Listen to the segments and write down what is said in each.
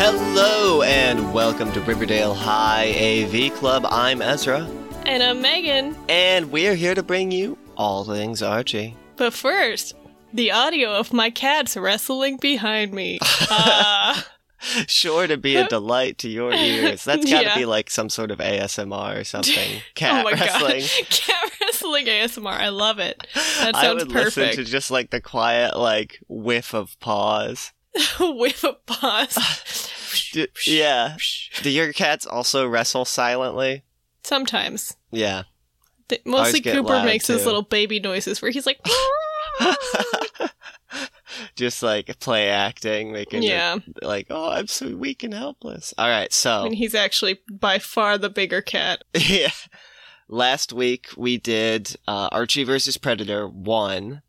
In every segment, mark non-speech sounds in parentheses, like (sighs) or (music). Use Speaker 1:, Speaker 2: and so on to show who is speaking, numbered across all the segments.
Speaker 1: Hello and welcome to Riverdale High AV Club. I'm Ezra,
Speaker 2: And I'm Megan.
Speaker 1: and we're here to bring you all things Archie.
Speaker 2: But first, the audio of my cats wrestling
Speaker 1: (laughs)
Speaker 2: behind me. Ah,
Speaker 1: Sure to
Speaker 2: (laughs)
Speaker 1: be a delight to your ears. That's got to
Speaker 2: Yeah.
Speaker 1: be like some sort of ASMR or something.
Speaker 2: (laughs) oh
Speaker 1: Cat
Speaker 2: my
Speaker 1: wrestling.
Speaker 2: god. (laughs) Cat wrestling ASMR. I love it. (laughs) That
Speaker 1: I
Speaker 2: sounds
Speaker 1: would listen to
Speaker 2: perfect.
Speaker 1: just like the quiet, like whiff of paws.
Speaker 2: With a
Speaker 1: (sighs)
Speaker 2: pause.
Speaker 1: D- yeah. Do your cats also wrestle silently?
Speaker 2: Sometimes.
Speaker 1: Yeah.
Speaker 2: Th-
Speaker 1: Ours
Speaker 2: Mostly
Speaker 1: get
Speaker 2: Cooper
Speaker 1: loud,
Speaker 2: makes his
Speaker 1: too.
Speaker 2: little baby noises where he's
Speaker 1: (laughs)
Speaker 2: like, Oh.
Speaker 1: just like play acting, making it
Speaker 2: yeah.
Speaker 1: like, oh, I'm so weak and helpless. All right, so (laughs)
Speaker 2: And he's actually by far the bigger cat.
Speaker 1: yeah, last week we did uh, Archie versus Predator one,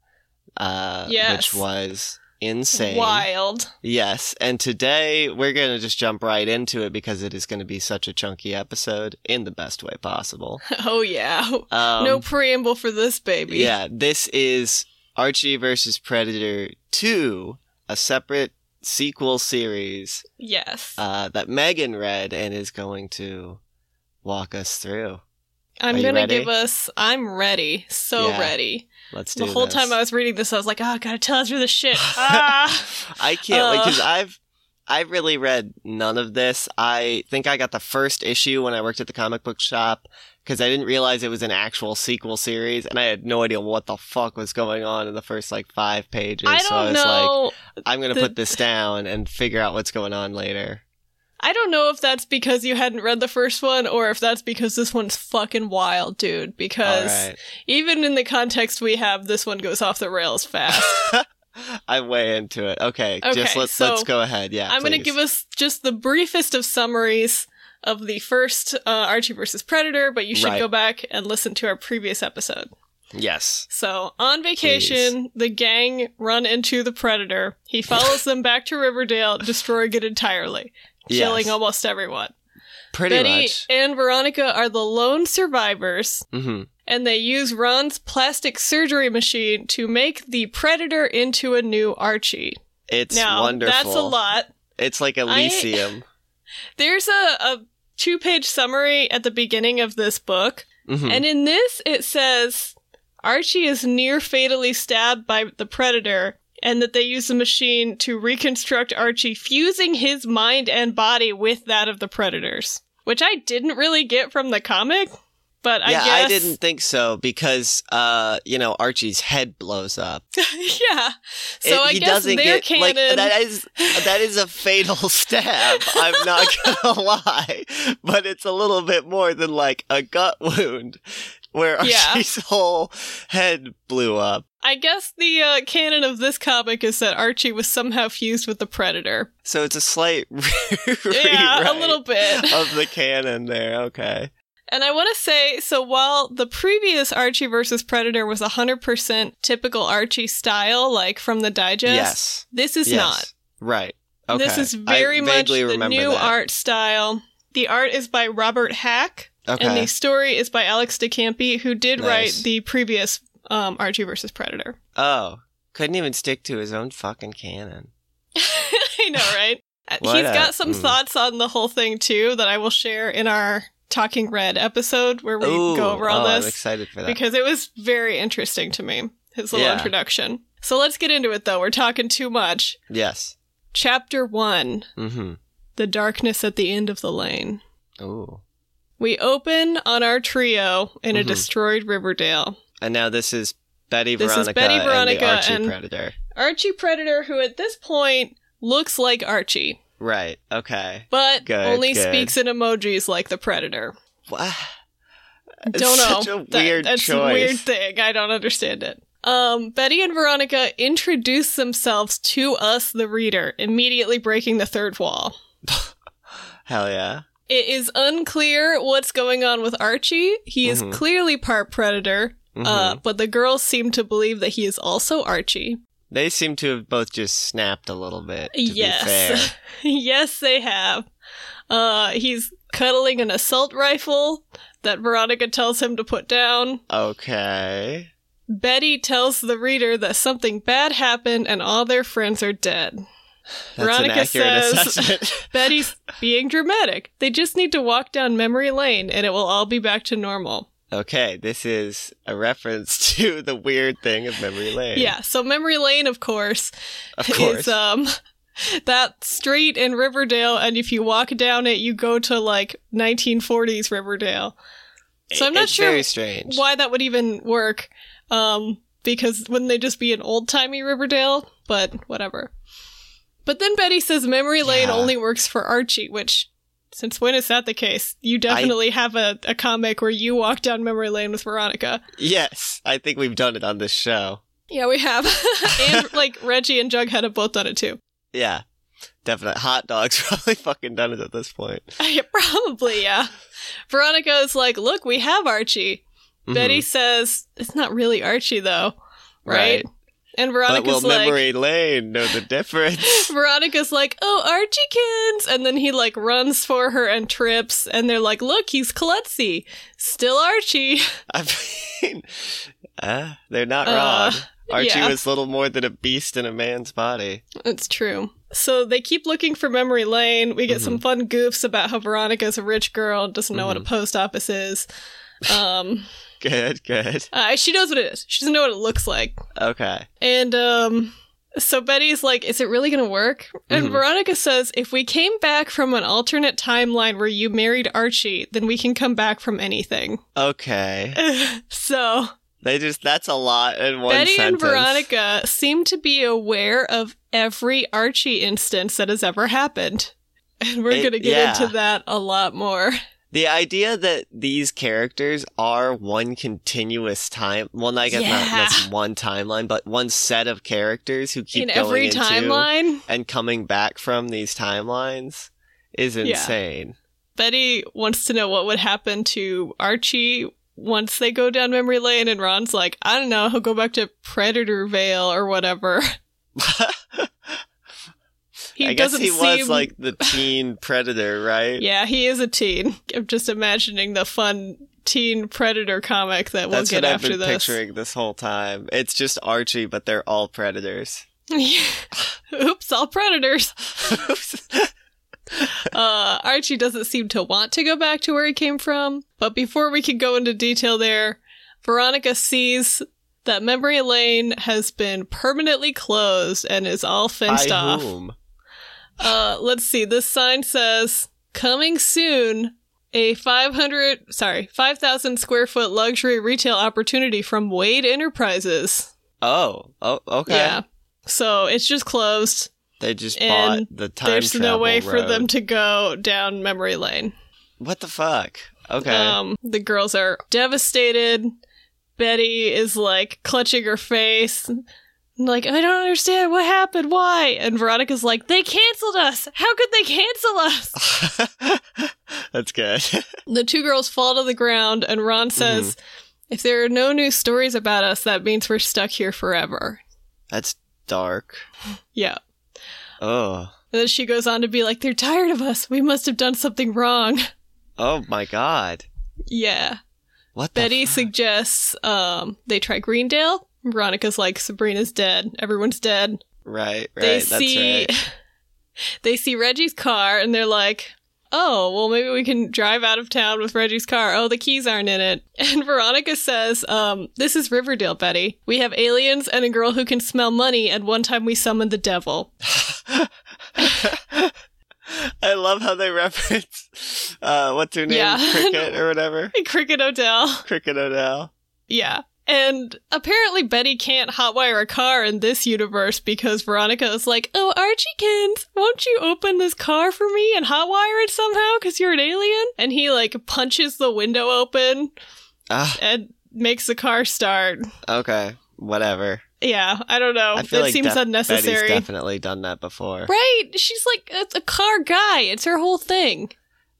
Speaker 1: uh,
Speaker 2: Yes.
Speaker 1: which was insane.
Speaker 2: Wild. (laughs)
Speaker 1: Yes, and today we're gonna just jump right into it because it is gonna be such a chunky episode in the best way possible.
Speaker 2: Oh, yeah.
Speaker 1: Um,
Speaker 2: no preamble for this baby.
Speaker 1: Yeah, this is Archie versus Predator two, a separate sequel series
Speaker 2: Yes.
Speaker 1: uh, that Megan read and is going to walk us through. are
Speaker 2: I'm
Speaker 1: you
Speaker 2: gonna
Speaker 1: ready?
Speaker 2: give us. I'm ready, so
Speaker 1: Yeah,
Speaker 2: ready.
Speaker 1: Let's do
Speaker 2: The whole
Speaker 1: this.
Speaker 2: time I was reading this, I was like, "Oh, I gotta tell us through
Speaker 1: (laughs)
Speaker 2: the shit." ah!
Speaker 1: I can't like
Speaker 2: Uh.
Speaker 1: because I've I really read none of this. I think I got the first issue when I worked at the comic book shop because I didn't realize it was an actual sequel series and I had no idea what the fuck was going on in the first like five pages.
Speaker 2: I
Speaker 1: so I
Speaker 2: don't
Speaker 1: was
Speaker 2: know.
Speaker 1: like, I'm gonna
Speaker 2: the-
Speaker 1: put this down and figure out what's going on later.
Speaker 2: I don't know if that's because you hadn't read the first one, or if that's because this one's fucking wild, dude.
Speaker 1: All
Speaker 2: Because
Speaker 1: right, (laughs)
Speaker 2: even in the context we have, this one goes off the rails fast.
Speaker 1: I'm way into it. Okay, just
Speaker 2: Okay,
Speaker 1: let's
Speaker 2: so
Speaker 1: let's go ahead. (laughs) Yeah,
Speaker 2: I'm going to
Speaker 1: please.
Speaker 2: give us just the briefest of summaries of the first uh, Archie versus Predator, but you should
Speaker 1: Right.
Speaker 2: go back and listen to our previous episode.
Speaker 1: yes.
Speaker 2: So on vacation, the gang run into the predator. He follows them back to Riverdale, destroying it entirely, killing
Speaker 1: Yes.
Speaker 2: almost everyone.
Speaker 1: Pretty
Speaker 2: Betty
Speaker 1: much.
Speaker 2: and Veronica are the lone survivors,
Speaker 1: Mm-hmm.
Speaker 2: and they use Ron's plastic surgery machine to make the predator into a new Archie.
Speaker 1: It's
Speaker 2: now
Speaker 1: wonderful.
Speaker 2: that's a lot.
Speaker 1: It's like
Speaker 2: (laughs)
Speaker 1: Elysium.
Speaker 2: There's a, a two-page summary at the beginning of this book.
Speaker 1: Mhm.
Speaker 2: And in this, it says Archie is near fatally stabbed by the Predator, and that they use the machine to reconstruct Archie, fusing his mind and body with that of the Predators, which I didn't really get from the comic, but I
Speaker 1: yeah,
Speaker 2: guess.
Speaker 1: I didn't think so because uh, you know Archie's head blows up.
Speaker 2: (laughs) yeah. So
Speaker 1: It-
Speaker 2: I
Speaker 1: he
Speaker 2: guess
Speaker 1: doesn't
Speaker 2: their
Speaker 1: get
Speaker 2: canon.
Speaker 1: like that is that is a fatal (laughs) stab. I'm
Speaker 2: (laughs)
Speaker 1: not gonna lie, but it's a little bit more than like a gut wound where
Speaker 2: Yeah.
Speaker 1: Archie's (laughs) whole head blew up.
Speaker 2: I guess the uh, canon of this comic is that Archie was somehow fused with the
Speaker 1: (laughs)
Speaker 2: Predator.
Speaker 1: So it's a slight re-
Speaker 2: Yeah, a
Speaker 1: rewrite (laughs)
Speaker 2: little bit.
Speaker 1: of the canon there. Okay.
Speaker 2: And I want to say so while the previous Archie versus Predator was 100% typical Archie style, like from the digest,
Speaker 1: yes.
Speaker 2: this is
Speaker 1: yes.
Speaker 2: not.
Speaker 1: Right. Okay.
Speaker 2: This is
Speaker 1: I
Speaker 2: very much
Speaker 1: vaguely
Speaker 2: the
Speaker 1: remember
Speaker 2: new
Speaker 1: that.
Speaker 2: art style. The art is by Robert Hack,
Speaker 1: Okay.
Speaker 2: and the story is by Alex DeCampi, who did
Speaker 1: Nice.
Speaker 2: write the previous um, Archie versus Predator. (laughs)
Speaker 1: Oh, couldn't even stick to his own fucking canon.
Speaker 2: I know, right? Uh,
Speaker 1: What
Speaker 2: He's
Speaker 1: a-
Speaker 2: got some
Speaker 1: mm.
Speaker 2: thoughts on the whole thing, too, that I will share in our Talking Red episode where we
Speaker 1: Ooh,
Speaker 2: go over all
Speaker 1: oh, I'm
Speaker 2: this.
Speaker 1: excited for that.
Speaker 2: because it was very interesting to me, his little
Speaker 1: Yeah.
Speaker 2: introduction. So let's get into it, though. We're talking too much.
Speaker 1: yes.
Speaker 2: Chapter 1
Speaker 1: Mm-hmm.
Speaker 2: The Darkness at the End of the Lane.
Speaker 1: Ooh.
Speaker 2: We open on our trio in a
Speaker 1: Mhm.
Speaker 2: destroyed Riverdale.
Speaker 1: And now this is Betty
Speaker 2: This is
Speaker 1: Veronica,
Speaker 2: Betty
Speaker 1: and the
Speaker 2: Veronica
Speaker 1: Archie
Speaker 2: and-
Speaker 1: Predator.
Speaker 2: Archie Predator, who at this point looks like Archie,
Speaker 1: Right. Okay.
Speaker 2: but
Speaker 1: Good,
Speaker 2: only
Speaker 1: good.
Speaker 2: speaks in emojis like the Predator.
Speaker 1: Wha- It's
Speaker 2: don't know.
Speaker 1: such a
Speaker 2: That-
Speaker 1: weird
Speaker 2: that's
Speaker 1: choice.
Speaker 2: a weird thing. I don't understand it. Um, Betty and Veronica introduce themselves to us, the reader, immediately breaking the third wall.
Speaker 1: Hell yeah.
Speaker 2: It is unclear what's going on with Archie. He is
Speaker 1: Mhm.
Speaker 2: clearly part predator,
Speaker 1: Mhm.
Speaker 2: uh, but the girls seem to believe that he is also Archie.
Speaker 1: they seem to have both just snapped a little bit. To
Speaker 2: Yes.
Speaker 1: Be fair.
Speaker 2: (laughs) yes, they have. Uh, he's cuddling an assault rifle that Veronica tells him to put down.
Speaker 1: Okay.
Speaker 2: Betty tells the reader that something bad happened and all their friends are dead.
Speaker 1: That's
Speaker 2: Veronica
Speaker 1: an accurate
Speaker 2: says-
Speaker 1: assessment. (laughs)
Speaker 2: Betty's being dramatic. They just need to walk down memory lane and it will all be back to normal.
Speaker 1: okay, this is a reference (laughs) to the weird thing of memory lane.
Speaker 2: Yeah, so memory lane, of course,
Speaker 1: of course.
Speaker 2: (laughs) is um that street in Riverdale, and if you walk down it, you go to like 1940s Riverdale. So I'm not
Speaker 1: it's
Speaker 2: sure
Speaker 1: Very strange.
Speaker 2: Why that would even work? Um, because wouldn't they just be an old timey Riverdale? But whatever. But then Betty says memory lane
Speaker 1: Yeah.
Speaker 2: only works for Archie, which. Since when is that the case? You definitely have a, a comic where you walk down memory lane with Veronica.
Speaker 1: Yes, I think we've done it on this show.
Speaker 2: Yeah, we have. (laughs) and like Reggie and Jughead have both done it too.
Speaker 1: Yeah, definitely. Hot dogs (laughs) probably fucking done it at this point.
Speaker 2: (laughs) Yeah, Probably, yeah. Veronica is like, look, we have Archie.
Speaker 1: Mhm.
Speaker 2: Betty says, it's not really Archie though, right?
Speaker 1: Mm-hmm. Right.
Speaker 2: And
Speaker 1: But will
Speaker 2: Veronica's like,
Speaker 1: memory lane know the difference?
Speaker 2: (laughs)
Speaker 1: (laughs)
Speaker 2: Veronica's like, oh, Archiekins! And then he like runs for her and trips, and they're like, look, he's klutzy. Still Archie. (laughs)
Speaker 1: I mean, uh, they're not
Speaker 2: Uh,
Speaker 1: wrong. Archie
Speaker 2: yeah.
Speaker 1: was little more than a beast in a man's body.
Speaker 2: It's true. So they keep looking for memory lane. We get some
Speaker 1: Mm-hmm.
Speaker 2: fun goofs about how Veronica's a rich girl and doesn't know what a post office is. Um, (laughs)
Speaker 1: Good, good.
Speaker 2: uh, she knows what it is. She doesn't know what it looks like.
Speaker 1: Okay.
Speaker 2: And um so Betty's like, is it really going to work? And
Speaker 1: Mhm.
Speaker 2: Veronica says, if we came back from an alternate timeline where you married Archie, then we can come back from anything.
Speaker 1: Okay.
Speaker 2: so
Speaker 1: They just, that's a lot in one
Speaker 2: Betty and
Speaker 1: sentence.
Speaker 2: Veronica seem to be aware of every Archie instance that has ever happened. And we're
Speaker 1: It-
Speaker 2: going to get
Speaker 1: yeah.
Speaker 2: into that a lot more.
Speaker 1: The idea that these characters are one continuous time, well, I guess not,
Speaker 2: Yeah.
Speaker 1: that's one timeline, but one set of characters who keep
Speaker 2: In
Speaker 1: going
Speaker 2: every
Speaker 1: into
Speaker 2: timeline,
Speaker 1: and coming back from these timelines is
Speaker 2: Yeah.
Speaker 1: insane.
Speaker 2: Betty wants to know what would happen to Archie once they go down memory lane, and Ron's like, I don't know, he'll go back to Predator Vale or whatever. (laughs)
Speaker 1: (laughs)
Speaker 2: He
Speaker 1: I guess
Speaker 2: doesn't
Speaker 1: he was
Speaker 2: seem-
Speaker 1: like
Speaker 2: (laughs)
Speaker 1: the teen predator, right?
Speaker 2: Yeah, he is a teen. I'm just imagining the fun teen Predator comic that we'll
Speaker 1: That's
Speaker 2: get
Speaker 1: what I've
Speaker 2: after
Speaker 1: been
Speaker 2: this.
Speaker 1: picturing this whole time. It's just Archie, but they're all
Speaker 2: (laughs)
Speaker 1: predators.
Speaker 2: Oops, all Predators. Uh, Archie doesn't seem to want to go back to where he came from. But before we can go into detail there, Veronica sees that memory lane has been permanently closed and is all fenced
Speaker 1: By
Speaker 2: off.
Speaker 1: whom?
Speaker 2: Uh, let's see. This sign says, "Coming soon." A 500, sorry, 5,000 square foot luxury retail opportunity from Wade Enterprises.
Speaker 1: Oh, oh, okay.
Speaker 2: Yeah. So it's just closed.
Speaker 1: They just
Speaker 2: And
Speaker 1: bought the time
Speaker 2: There's no
Speaker 1: travel
Speaker 2: way for
Speaker 1: road.
Speaker 2: them to go down memory lane.
Speaker 1: What the fuck? Okay.
Speaker 2: Um, the girls are devastated. Betty is like clutching her face. and, Like, I don't understand what happened. Why? And Veronica's like, they canceled us. How could they cancel us?
Speaker 1: (laughs) That's good. (laughs)
Speaker 2: The two girls fall to the ground, and Ron says, If there are no new stories about us, that means we're stuck here forever.
Speaker 1: That's dark.
Speaker 2: Yeah.
Speaker 1: Oh.
Speaker 2: And then she goes on to be like, They're tired of us. We must have done something wrong. (laughs)
Speaker 1: Oh my god.
Speaker 2: yeah.
Speaker 1: What the
Speaker 2: Betty
Speaker 1: fu-
Speaker 2: suggests um, they try Greendale. Veronica's like, Sabrina's dead. Everyone's dead.
Speaker 1: Right, right.
Speaker 2: they
Speaker 1: that's
Speaker 2: see
Speaker 1: right.
Speaker 2: (laughs) they see Reggie's car and they're like, "Oh, well maybe we can drive out of town with Reggie's car. Oh, the keys aren't in it." (laughs) And Veronica says, "Um, this is Riverdale, Betty. We have aliens and a girl who can smell money and one time we summoned the devil." (laughs)
Speaker 1: I love how they reference uh what's her name?
Speaker 2: Yeah. (laughs)
Speaker 1: Cricket or whatever.
Speaker 2: And Cricket Odell.
Speaker 1: Cricket Odell.
Speaker 2: Yeah. And apparently Betty can't hotwire a car in this universe because Veronica is like, "Oh, Archiekins, won't you open this car for me and hotwire it somehow cuz you're an alien?" And he like punches the window open
Speaker 1: Ah,
Speaker 2: and makes the car start.
Speaker 1: okay. Whatever.
Speaker 2: Yeah, I don't know.
Speaker 1: I
Speaker 2: It
Speaker 1: feel like
Speaker 2: seems
Speaker 1: def-
Speaker 2: unnecessary.
Speaker 1: Betty's definitely done that before.
Speaker 2: right? She's like it's a car guy. It's her whole thing.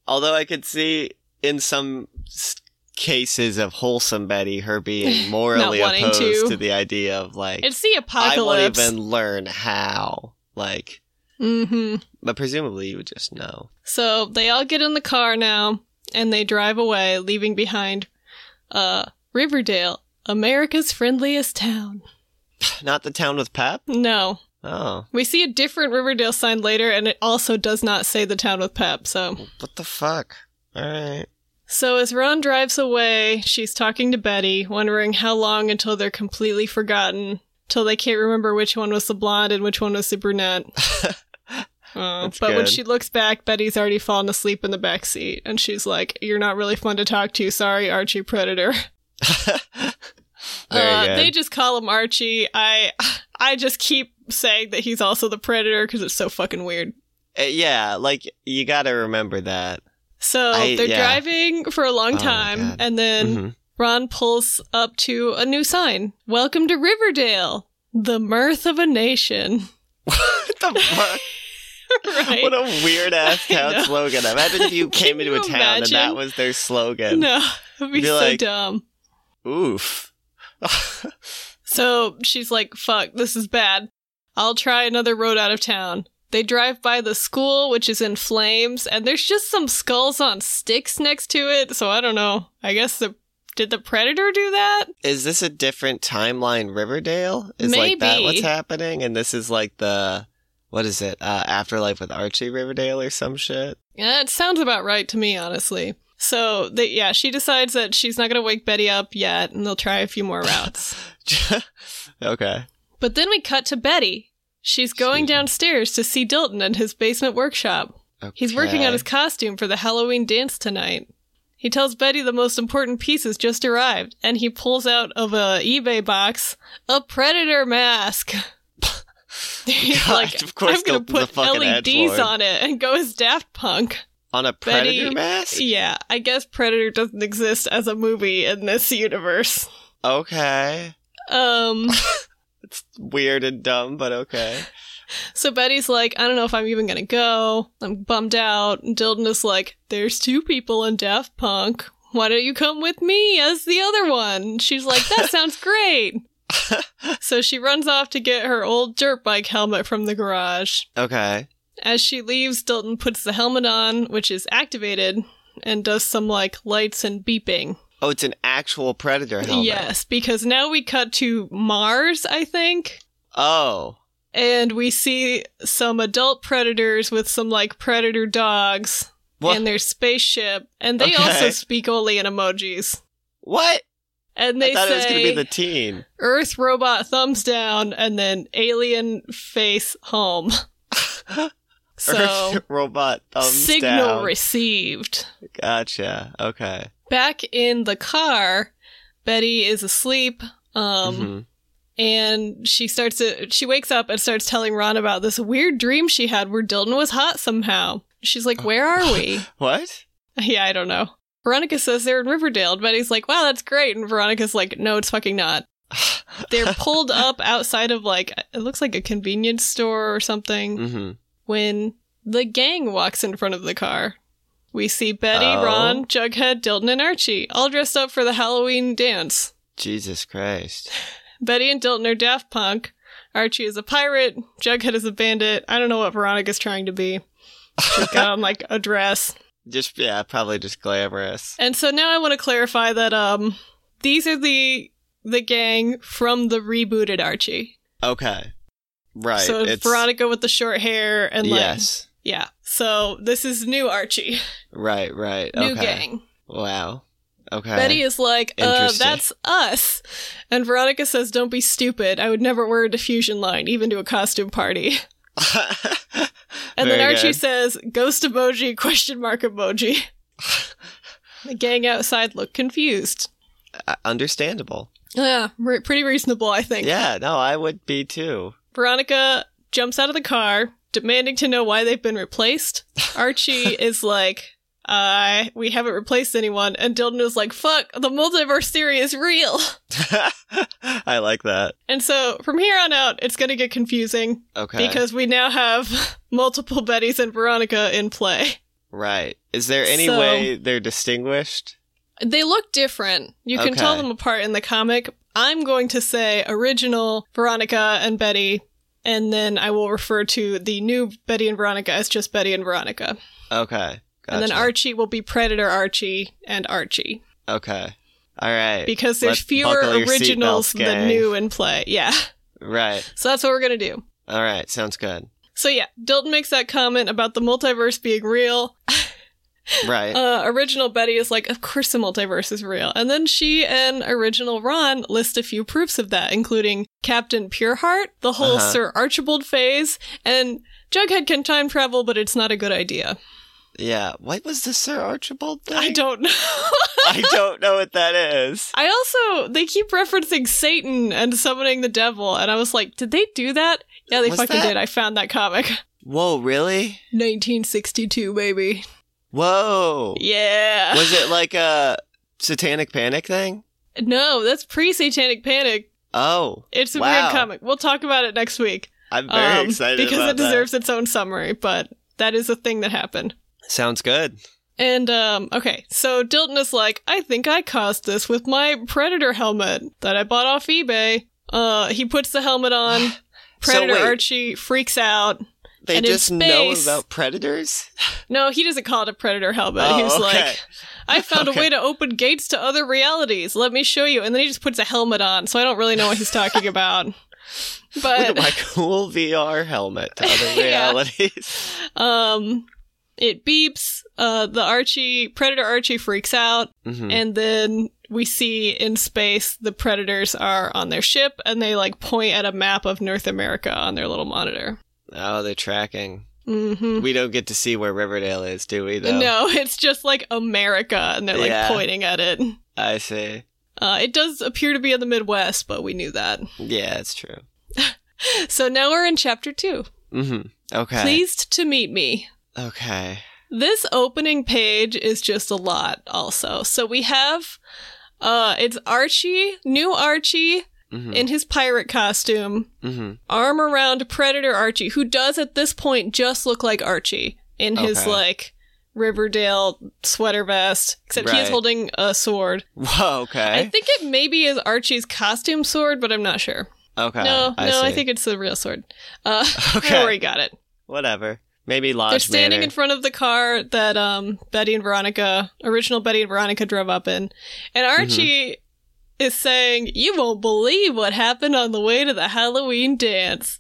Speaker 1: Although I could see in some s- cases of wholesome Betty, her
Speaker 2: (laughs)
Speaker 1: being morally
Speaker 2: wanting
Speaker 1: opposed to.
Speaker 2: to.
Speaker 1: the idea of like,
Speaker 2: It's the
Speaker 1: I won't
Speaker 2: apocalypse.
Speaker 1: even learn how. Like,
Speaker 2: hmm
Speaker 1: but presumably you would just know. (sighs)
Speaker 2: So they all get in the car now and they drive away, leaving behind uh Riverdale, America's friendliest town.
Speaker 1: Not the town with Pep?
Speaker 2: No.
Speaker 1: Oh,
Speaker 2: We see a different Riverdale sign later, and it also does not say the town with Pep. So,
Speaker 1: what the fuck? All (laughs) right.
Speaker 2: so as Ron drives away, she's talking to Betty, wondering how long until they're completely forgotten, till they can't remember which one was the blonde and which one was
Speaker 1: (laughs)
Speaker 2: the brunette. Uh,
Speaker 1: That's
Speaker 2: but when
Speaker 1: good.
Speaker 2: she looks back, Betty's already fallen asleep in the back seat, and she's like, "You're not really fun to talk to. Sorry, Archie Predator."
Speaker 1: (laughs) Very
Speaker 2: uh,
Speaker 1: good.
Speaker 2: They just call him Archie. I, I just keep saying that he's also the Predator because it's so fucking weird.
Speaker 1: Uh, yeah, like you got to remember that.
Speaker 2: So
Speaker 1: I-
Speaker 2: they're
Speaker 1: yeah.
Speaker 2: driving for a long
Speaker 1: Oh my
Speaker 2: time,
Speaker 1: God.
Speaker 2: and then
Speaker 1: Mhm.
Speaker 2: Ron pulls up to a new sign Welcome to Riverdale, the mirth of a nation. (laughs)
Speaker 1: Mm-hmm. (laughs) what the fuck?
Speaker 2: right?
Speaker 1: What a weird ass
Speaker 2: I
Speaker 1: town
Speaker 2: know.
Speaker 1: slogan. Imagine
Speaker 2: (laughs)
Speaker 1: if you
Speaker 2: Can
Speaker 1: came into a
Speaker 2: you
Speaker 1: town
Speaker 2: imagine?
Speaker 1: and that was their slogan.
Speaker 2: no, it'd be
Speaker 1: Be
Speaker 2: so
Speaker 1: like-
Speaker 2: dumb.
Speaker 1: Oof.
Speaker 2: So she's like, fuck, this is bad. I'll try another road out of town. They drive by the school, which is in flames, and there's just some skulls on sticks next to it. So I don't know. I guess the. Did the predator do that?
Speaker 1: is this a different timeline Riverdale? Is like that
Speaker 2: Maybe.
Speaker 1: what's happening? And this is like the what is it? Uh, Afterlife with Archie Riverdale or some shit? (laughs)
Speaker 2: Yeah, it sounds about right to me, honestly. So, they, yeah, she decides that she's not going to wake Betty up yet, and they'll try a
Speaker 1: (laughs)
Speaker 2: few more routes.
Speaker 1: okay.
Speaker 2: But then we cut to Betty. She's going
Speaker 1: Excuse me.
Speaker 2: downstairs to see Dilton in his basement workshop. He's working on his costume for the Halloween dance tonight. He tells Betty the most important piece has just arrived, and he pulls out of a eBay box a predator mask. (laughs) He's
Speaker 1: God,
Speaker 2: like,
Speaker 1: of course
Speaker 2: I'm gonna
Speaker 1: Dilton's a
Speaker 2: put
Speaker 1: fucking
Speaker 2: LEDs
Speaker 1: edgelord."
Speaker 2: on it and go as Daft Punk.
Speaker 1: on a predator
Speaker 2: Betty-
Speaker 1: mask.
Speaker 2: Yeah, I guess Predator doesn't exist as a movie in this universe.
Speaker 1: Okay,
Speaker 2: Um,
Speaker 1: it's weird and dumb, but okay.
Speaker 2: so Betty's like, I don't know if I'm even gonna go. I'm bummed out. And Dilden is like, There's two people in Daft Punk. Why don't you come with me as the other one? She's like, That sounds great. so she runs off to get her old dirt bike helmet from the garage.
Speaker 1: Okay.
Speaker 2: As she leaves, Dilton puts the helmet on, which is activated, and does some like lights and beeping.
Speaker 1: Oh, it's an actual predator helmet.
Speaker 2: Yes, because now we cut to Mars, I think,
Speaker 1: Oh.
Speaker 2: and we see some adult predators with some like predator dogs
Speaker 1: What?
Speaker 2: in their spaceship, and they
Speaker 1: Okay.
Speaker 2: also speak only in emojis.
Speaker 1: what?
Speaker 2: And
Speaker 1: I
Speaker 2: they
Speaker 1: thought
Speaker 2: say
Speaker 1: it was gonna be the teen.
Speaker 2: Earth robot thumbs down, and then alien face
Speaker 1: (laughs)
Speaker 2: home. (laughs) so
Speaker 1: Earth (laughs) robot thumbs
Speaker 2: signal
Speaker 1: down.
Speaker 2: received.
Speaker 1: Gotcha. Okay.
Speaker 2: Back in the car, Betty is asleep. Um,
Speaker 1: Mhm.
Speaker 2: and she starts to she wakes up and starts telling Ron about this weird dream she had where Dilton was hot somehow. She's like, "Where are we?" (laughs)
Speaker 1: What?
Speaker 2: yeah, I don't know. Veronica says they're in Riverdale, and Betty's like, "Wow, that's great," and Veronica's like, "No, it's fucking not." They're pulled up outside of like it looks like a convenience store or something
Speaker 1: hmm
Speaker 2: when the gang walks in front of the car. We see Betty,
Speaker 1: Oh.
Speaker 2: Ron, Jughead, Dilton, and Archie all dressed up for the Halloween dance.
Speaker 1: Jesus Christ.
Speaker 2: Betty and Dilton are Daft Punk. Archie is a pirate. Jughead is a bandit. I don't know what Veronica's trying to be. She's got on like a dress.
Speaker 1: Just yeah, probably just glamorous.
Speaker 2: And so now I want to clarify that um these are the the gang from the rebooted Archie.
Speaker 1: Okay. Right.
Speaker 2: so
Speaker 1: it's
Speaker 2: Veronica with the short hair and like
Speaker 1: Yes.
Speaker 2: yeah. So this is new Archie,
Speaker 1: Right, right.
Speaker 2: new
Speaker 1: okay.
Speaker 2: gang.
Speaker 1: Wow. Okay. (laughs)
Speaker 2: Betty is like, uh,
Speaker 1: Interesting.
Speaker 2: that's us. And Veronica says, don't be stupid. I would never wear a diffusion line, even to a costume party. And then
Speaker 1: Very
Speaker 2: Archie
Speaker 1: good.
Speaker 2: says, "Ghost emoji?" Question
Speaker 1: (laughs)
Speaker 2: mark emoji. the gang outside look confused.
Speaker 1: Uh, understandable.
Speaker 2: Yeah, re- pretty reasonable, I think.
Speaker 1: Yeah, no, I would be too. (laughs)
Speaker 2: Veronica jumps out of the car, demanding to know why they've
Speaker 1: (laughs)
Speaker 2: been replaced. Archie is like, "I we haven't replaced anyone," and Dilton is like, "Fuck, the multiverse theory is real."
Speaker 1: I like that.
Speaker 2: And so from here on out, it's going to get confusing
Speaker 1: Okay.
Speaker 2: because we now have (laughs) multiple Bettys and Veronica in play.
Speaker 1: right. Is there any
Speaker 2: So-
Speaker 1: way they're distinguished?
Speaker 2: They look different. You can
Speaker 1: Okay.
Speaker 2: tell them apart in the comic. I'm going to say original Veronica and Betty, and then I will refer to the new Betty and Veronica as just Betty and Veronica.
Speaker 1: Okay.
Speaker 2: And then
Speaker 1: gotcha.
Speaker 2: Archie will be Predator Archie and Archie
Speaker 1: Okay. All right.
Speaker 2: because there's
Speaker 1: Let's
Speaker 2: fewer
Speaker 1: buckle your
Speaker 2: originals
Speaker 1: seatbelts,
Speaker 2: than
Speaker 1: gang.
Speaker 2: new in play. Yeah.
Speaker 1: right.
Speaker 2: So that's what we're going to do.
Speaker 1: All right, sounds good.
Speaker 2: So yeah, Dilton makes that comment about the multiverse being real.
Speaker 1: Right.
Speaker 2: Uh, original Betty is like, of course the multiverse is real. And then she and original Ron list a few proofs of that, including Captain Pureheart, the whole
Speaker 1: Uh-huh.
Speaker 2: Sir Archibald phase, and Jughead can time travel, but it's not a good idea.
Speaker 1: yeah. What was the Sir Archibald thing?
Speaker 2: I don't know.
Speaker 1: (laughs)
Speaker 2: (laughs)
Speaker 1: I don't know what that is.
Speaker 2: I also, they keep referencing Satan and summoning the devil, and I was like, did they do that? Yeah, they
Speaker 1: Was
Speaker 2: fucking
Speaker 1: that-
Speaker 2: did. I found that comic. (laughs)
Speaker 1: Whoa, really?
Speaker 2: 1962, baby.
Speaker 1: Whoa.
Speaker 2: Yeah.
Speaker 1: Was it like a satanic panic thing?
Speaker 2: No, that's pre Satanic Panic.
Speaker 1: Oh,
Speaker 2: It's a
Speaker 1: Wow.
Speaker 2: weird comic. We'll talk about it next week.
Speaker 1: I'm very
Speaker 2: um,
Speaker 1: excited
Speaker 2: because
Speaker 1: about
Speaker 2: it deserves its own summary. But that is a thing that happened.
Speaker 1: that. Sounds good.
Speaker 2: And um, okay, so Dilton is like, I think I caused this with my Predator helmet that I bought off eBay. Uh, he puts the helmet
Speaker 1: (sighs)
Speaker 2: on. Predator
Speaker 1: wait.
Speaker 2: Archie freaks out.
Speaker 1: They
Speaker 2: And in
Speaker 1: just know
Speaker 2: space-
Speaker 1: about predators.
Speaker 2: No, he doesn't call it a Predator helmet.
Speaker 1: Oh,
Speaker 2: He's
Speaker 1: okay.
Speaker 2: like,
Speaker 1: (laughs)
Speaker 2: I found
Speaker 1: Okay.
Speaker 2: a way to open gates to other realities. Let me show you. And then he just puts a helmet on, so I don't really know what he's
Speaker 1: (laughs)
Speaker 2: talking about. But
Speaker 1: Look at
Speaker 2: (laughs)
Speaker 1: my cool VR helmet to other
Speaker 2: Yeah.
Speaker 1: realities. (laughs)
Speaker 2: Um, it beeps. Uh, the Archie predator Archie freaks out,
Speaker 1: Mhm.
Speaker 2: and then we see in space the predators are on their ship, and they like point at a map of North America on their little monitor.
Speaker 1: Oh, they're tracking.
Speaker 2: Mm-hmm.
Speaker 1: We don't get to see where Riverdale is, do we? Though
Speaker 2: No, (laughs) it's just like America, and they're like
Speaker 1: Yeah.
Speaker 2: pointing at it.
Speaker 1: I see.
Speaker 2: Uh, it does appear to be in the Midwest, but we knew that.
Speaker 1: Yeah, it's true.
Speaker 2: So now we're in chapter two.
Speaker 1: hmm Okay.
Speaker 2: Pleased to meet me.
Speaker 1: Okay.
Speaker 2: This opening page is just a lot, also. So we have uh it's Archie, new Archie
Speaker 1: hmm
Speaker 2: in his pirate costume,
Speaker 1: hmm
Speaker 2: arm around Predator Archie, who does at this point just look like Archie in his
Speaker 1: Okay.
Speaker 2: like Riverdale sweater vest, except he is
Speaker 1: Right. Eh?
Speaker 2: holding a sword.
Speaker 1: Whoa.
Speaker 2: I
Speaker 1: Okay.
Speaker 2: think it maybe is Archie's costume sword, but I'm not sure.
Speaker 1: okay.
Speaker 2: no,
Speaker 1: I
Speaker 2: no, I
Speaker 1: see.
Speaker 2: think it's the real sword. Uh, (laughs)
Speaker 1: Okay.
Speaker 2: Rory got it.
Speaker 1: Whatever. Maybe Lodge
Speaker 2: They're standing
Speaker 1: Manor.
Speaker 2: in front of the car that um, Betty and Veronica, original Betty and Veronica, drove up in. And
Speaker 1: Mm-hmm.
Speaker 2: Archie is saying, You won't believe what happened on the way to the Halloween dance.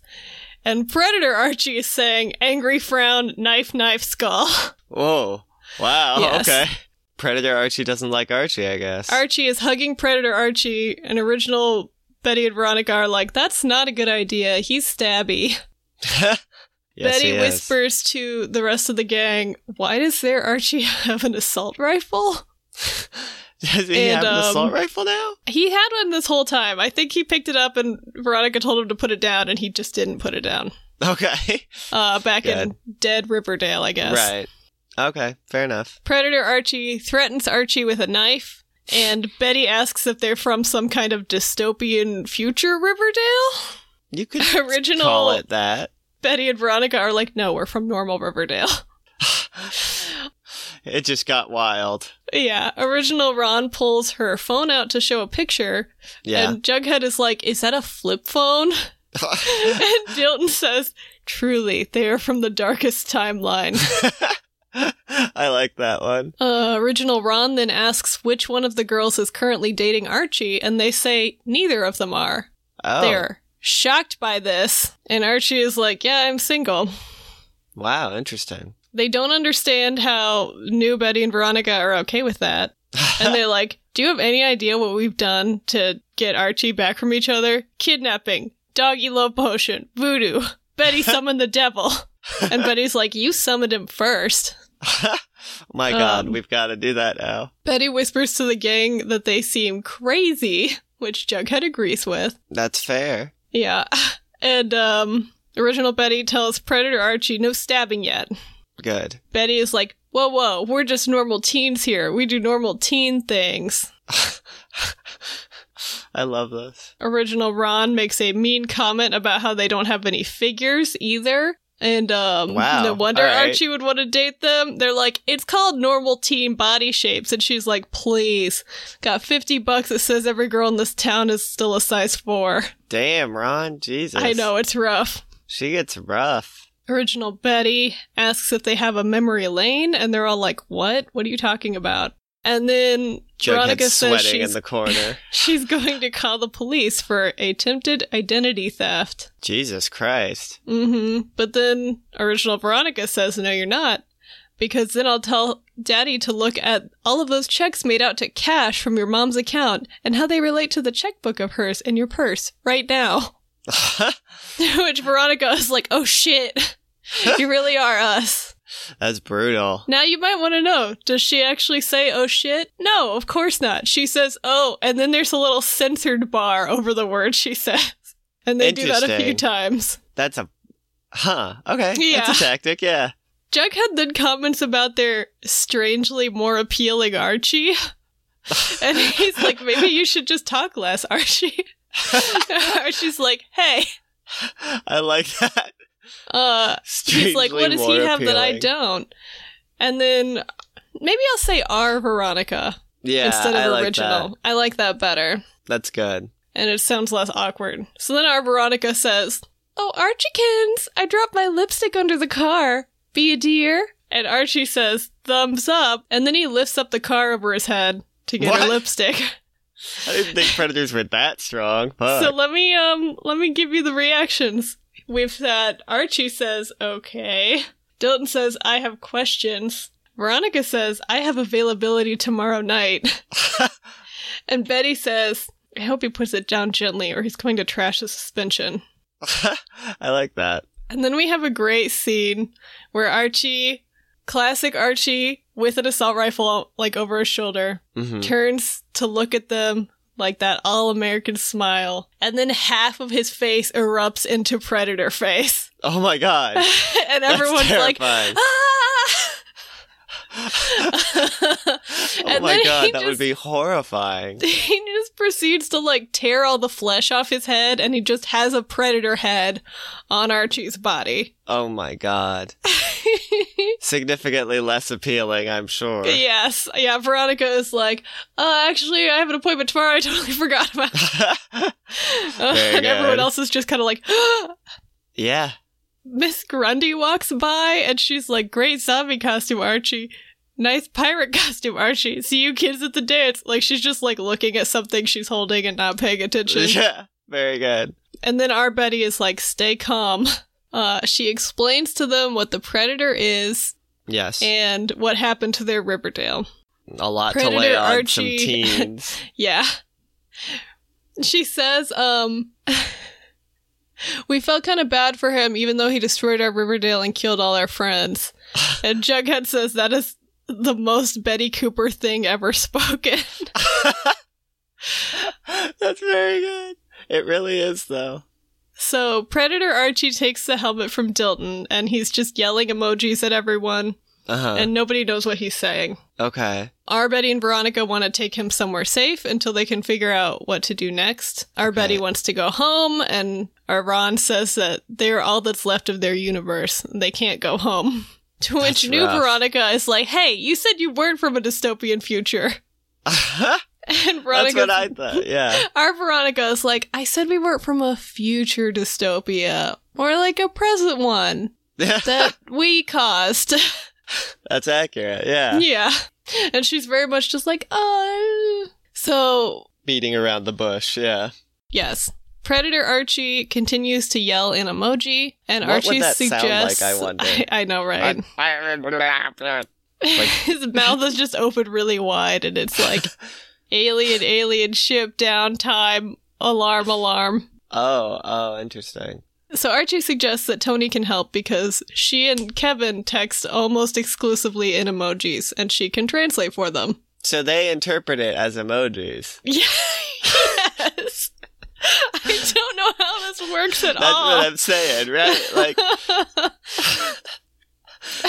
Speaker 2: And Predator Archie is saying, Angry frown, knife, knife, skull. (laughs)
Speaker 1: Whoa. Wow.
Speaker 2: Yes.
Speaker 1: Okay. Predator Archie doesn't like Archie, I guess.
Speaker 2: Archie is hugging Predator Archie, and original Betty and Veronica are like, That's not a good idea. He's stabby.
Speaker 1: (laughs) yes,
Speaker 2: (laughs) Betty
Speaker 1: he is.
Speaker 2: whispers to the rest of the gang, Why does their Archie (laughs) have an assault rifle?
Speaker 1: (laughs) Does he
Speaker 2: and,
Speaker 1: have an assault
Speaker 2: um,
Speaker 1: rifle now?
Speaker 2: He had one this whole time. I think he picked it up and Veronica told him to put it down and he just didn't put it down.
Speaker 1: Okay.
Speaker 2: Uh, back in Dead Riverdale, I guess.
Speaker 1: Right. Okay. Fair enough.
Speaker 2: Predator Archie threatens Archie with a knife and Betty asks if they're from some kind of dystopian future
Speaker 1: (laughs)
Speaker 2: Riverdale.
Speaker 1: You could
Speaker 2: (laughs) Original-
Speaker 1: call it that.
Speaker 2: Betty and Veronica are like, no, we're from normal Riverdale. (laughs)
Speaker 1: It just got wild.
Speaker 2: yeah. Original Ron pulls her phone out to show a picture
Speaker 1: Yeah.
Speaker 2: and Jughead is like, is that a flip phone? (laughs) and Dilton says, "Truly, they are from the darkest timeline."
Speaker 1: (laughs) I like that one.
Speaker 2: Uh, original Ron then asks which one of the girls is currently dating Archie, and they say neither of them are.
Speaker 1: Oh.
Speaker 2: They're shocked by this, and Archie is like, "Yeah, I'm single."
Speaker 1: Wow. Interesting.
Speaker 2: They don't understand how new Betty and Veronica are okay with that, and they're like, "Do you have any idea what we've done to get Archie back from each other? Kidnapping, doggy love potion, voodoo." Betty summoned the devil. And Betty's like, You summoned him first.
Speaker 1: oh my god,
Speaker 2: Um,
Speaker 1: we've got to do that now.
Speaker 2: Betty whispers to the gang that they seem crazy, which Jughead agrees with.
Speaker 1: That's fair.
Speaker 2: Yeah. And um original Betty tells Predator Archie no stabbing yet.
Speaker 1: Good.
Speaker 2: Betty is like, "Whoa, whoa, we're just normal teens here. We do normal teen things."
Speaker 1: I love this.
Speaker 2: Original Ron makes a mean comment about how they don't have any figures either. And um
Speaker 1: Wow.
Speaker 2: no wonder
Speaker 1: All right.
Speaker 2: Archie would want to date them. They're like, "It's called normal teen body shapes." And she's like, "Please. Got 50 bucks that says every girl in this town is still a size 4."
Speaker 1: Damn, Ron. Jesus.
Speaker 2: I know it's rough.
Speaker 1: She gets rough.
Speaker 2: Original Betty asks if they have a memory lane, and they're all like, What? What are you talking about? And then Veronica
Speaker 1: Jughead
Speaker 2: says
Speaker 1: sweating in
Speaker 2: she's,
Speaker 1: the
Speaker 2: (laughs)
Speaker 1: corner.
Speaker 2: she's going to call the police for attempted identity theft.
Speaker 1: Jesus Christ. (laughs)
Speaker 2: Mm-hmm. But then original Veronica says, "No, you're not." Because then I'll tell Daddy to look at all of those checks made out to cash from your mom's account and how they relate to the checkbook of hers in your purse right now. (laughs) Which Veronica is like, oh shit, (laughs) you really are us.
Speaker 1: That's brutal.
Speaker 2: Now you might want to know does she actually say, oh shit? No, of course not. She says, oh, and then there's a little censored bar over the word she (laughs) says. And they do that a few
Speaker 1: Interesting.
Speaker 2: times.
Speaker 1: That's a. Huh. Okay.
Speaker 2: Yeah.
Speaker 1: That's a tactic. Yeah.
Speaker 2: Jughead then comments about their strangely more
Speaker 1: (laughs)
Speaker 2: appealing Archie. And he's like, maybe you should just talk less, Archie. (laughs) Archie's like, hey.
Speaker 1: I like (laughs) that.
Speaker 2: Uh, he's like, what does he have that I don't? And then maybe I'll say R Veronica
Speaker 1: Yeah.
Speaker 2: instead
Speaker 1: I
Speaker 2: of
Speaker 1: like
Speaker 2: original.
Speaker 1: that.
Speaker 2: I like that better.
Speaker 1: That's good.
Speaker 2: And it sounds less awkward. So then our Veronica says, Oh, Archiekins, I dropped my lipstick under the car. Be a dear. And Archie says, Thumbs up. And then he lifts up the car over his head to get her
Speaker 1: What?
Speaker 2: lipstick. (laughs)
Speaker 1: I didn't think predators were that strong. Fuck.
Speaker 2: So let me um let me give you the reactions. With that, Archie says, okay. Dilton says, I have questions. Veronica says, I have availability
Speaker 1: (laughs)
Speaker 2: tomorrow night. (laughs) and Betty says, I hope he puts it down gently or he's going to trash the suspension.
Speaker 1: I like that.
Speaker 2: And then we have a great scene where Archie, classic Archie, with an assault rifle like over his shoulder,
Speaker 1: Mhm.
Speaker 2: turns to look at them like that all American smile, and then half of his face erupts into predator face. (laughs)
Speaker 1: Oh my god. That's
Speaker 2: and (laughs) everyone's like, (laughs)
Speaker 1: terrifying. (laughs)
Speaker 2: ah!
Speaker 1: Oh my god, that would be horrifying.
Speaker 2: (laughs) He just proceeds to like tear all the flesh off his head, and he just has a predator head on Archie's body. (laughs)
Speaker 1: Oh my god. Significantly less appealing, I'm sure.
Speaker 2: yes, yeah. Veronica is like, uh, actually, I have an appointment tomorrow. (laughs) I totally forgot about. it."
Speaker 1: Very
Speaker 2: (laughs) and everyone
Speaker 1: good.
Speaker 2: else is just kind of like,
Speaker 1: (laughs)
Speaker 2: "Ah,
Speaker 1: yeah.
Speaker 2: Miss Grundy walks by and she's like, Great zombie costume, Archie. Nice pirate (laughs) costume, Archie. See you kids at the dance. Like, she's just like looking at something she's holding and not paying attention.
Speaker 1: (laughs) Yeah. Very good.
Speaker 2: and then our Betty is like, Stay calm. (laughs) Uh, she explains to them what the predator is
Speaker 1: Yes.
Speaker 2: and what happened to their Riverdale.
Speaker 1: a lot to lay
Speaker 2: Predator
Speaker 1: on
Speaker 2: Archie.
Speaker 1: some teens.
Speaker 2: (laughs)
Speaker 1: (laughs)
Speaker 2: Yeah. She says, um, (laughs) we felt kind of bad for him, even though he destroyed our Riverdale and killed all our friends. And Jughead says that is the most Betty Cooper thing ever (laughs) spoken.
Speaker 1: That's very good. It really is, though.
Speaker 2: So Predator Archie takes the helmet from Dilton and he's just yelling emojis at everyone,
Speaker 1: Uh huh.
Speaker 2: and nobody knows what he's saying.
Speaker 1: Uh-huh. okay. (laughs)
Speaker 2: Our Betty and Veronica want to take him somewhere safe until they can figure out what to do next. Our Betty wants to go home, and our Ron says that they're all that's left of their universe. They can't go home. (laughs) To which
Speaker 1: That's
Speaker 2: new
Speaker 1: rough.
Speaker 2: Veronica is like, "Hey, you said you weren't from a dystopian future." (laughs)
Speaker 1: That's
Speaker 2: And
Speaker 1: what I
Speaker 2: (laughs) Veronica,
Speaker 1: thought. Yeah.
Speaker 2: our Veronica is like, "I said we weren't from a future dystopia, or like a present one that we caused."
Speaker 1: (laughs)
Speaker 2: (laughs)
Speaker 1: That's accurate. Yeah.
Speaker 2: yeah, and she's very much just like, "Oh." So
Speaker 1: Beating around the bush. Yeah.
Speaker 2: Yes. Predator Archie continues to yell in emoji, and
Speaker 1: What would
Speaker 2: Archie
Speaker 1: that sound
Speaker 2: suggests.
Speaker 1: like, I wonder?
Speaker 2: I, (laughs) I know, right? (laughs) His mouth is just open really wide, and
Speaker 1: (laughs)
Speaker 2: it's like alien, alien ship downtime, alarm, alarm.
Speaker 1: Oh, oh, interesting.
Speaker 2: So Archie suggests that Tony can help because she and Kevin text almost exclusively in emojis, and she can translate for them.
Speaker 1: (laughs) So they interpret it as emojis.
Speaker 2: Yeah. yes. (laughs) I don't know how this works at
Speaker 1: That's
Speaker 2: all.
Speaker 1: what I'm saying, right?
Speaker 2: (laughs)
Speaker 1: Like,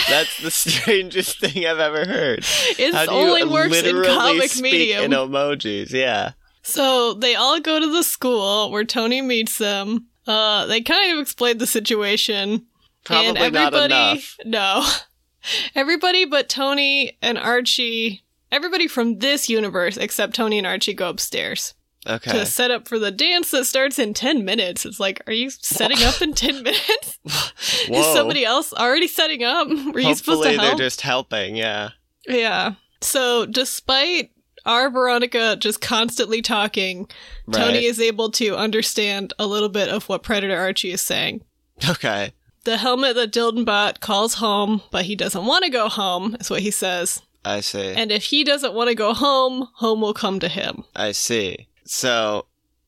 Speaker 1: that's the strangest thing I've ever heard.
Speaker 2: It
Speaker 1: How do
Speaker 2: only
Speaker 1: you
Speaker 2: works in
Speaker 1: literally
Speaker 2: comic
Speaker 1: speak
Speaker 2: medium.
Speaker 1: in emojis? Yeah.
Speaker 2: so they all go to the school where Tony meets them. Uh, they kind of explain the situation. and
Speaker 1: Probably not
Speaker 2: everybody,
Speaker 1: enough.
Speaker 2: No. (laughs) Everybody but Tony and Archie, everybody from this universe except Tony and Archie go upstairs
Speaker 1: Okay.
Speaker 2: to set up for the dance that starts in 10 minutes. It's like, are you setting up in 10 (laughs) minutes?
Speaker 1: Whoa.
Speaker 2: Is somebody else already setting up? Were you
Speaker 1: Hopefully
Speaker 2: supposed to
Speaker 1: they're
Speaker 2: help?
Speaker 1: just helping. Yeah.
Speaker 2: Yeah. So, despite our Veronica just constantly talking, Tony is able to understand a little bit of what Predator Archie is saying.
Speaker 1: Okay.
Speaker 2: The helmet that Dildenbot calls home, but he doesn't want to go home, is what he says.
Speaker 1: I see.
Speaker 2: And if he doesn't want to go home, home will come to him.
Speaker 1: I see. So,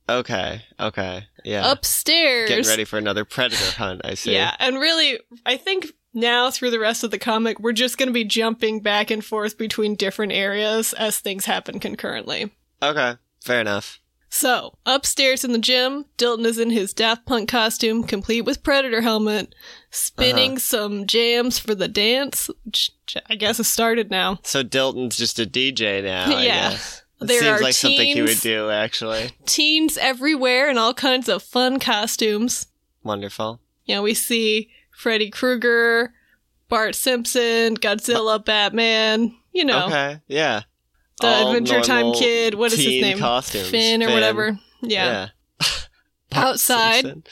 Speaker 1: okay. Okay. Yeah.
Speaker 2: Upstairs.
Speaker 1: Getting ready for another predator hunt. I see.
Speaker 2: Yeah, and really, I think now through the rest of the comic, we're just going to be jumping back and forth between different areas as things happen concurrently.
Speaker 1: Okay. Fair enough.
Speaker 2: So, upstairs in the gym, Dilton is in his Daft Punk costume, complete with Predator helmet, spinning
Speaker 1: Uh-huh.
Speaker 2: some jams for the dance, which I guess has started now.
Speaker 1: So Dilton's just a DJ now. I
Speaker 2: Yeah.
Speaker 1: guess. It
Speaker 2: There
Speaker 1: seems
Speaker 2: are
Speaker 1: like something he would
Speaker 2: teens.
Speaker 1: do. Actually,
Speaker 2: Teens everywhere in all kinds of fun costumes.
Speaker 1: wonderful.
Speaker 2: You know, we see Freddy Krueger, Bart Simpson, Godzilla, Batman, you know,
Speaker 1: Okay. Yeah.
Speaker 2: the
Speaker 1: All
Speaker 2: Adventure Time
Speaker 1: normal
Speaker 2: Kid, what is his
Speaker 1: teen
Speaker 2: name?
Speaker 1: costumes.
Speaker 2: Finn or whatever. yeah.
Speaker 1: Bart
Speaker 2: (laughs) Outside.
Speaker 1: Simpson.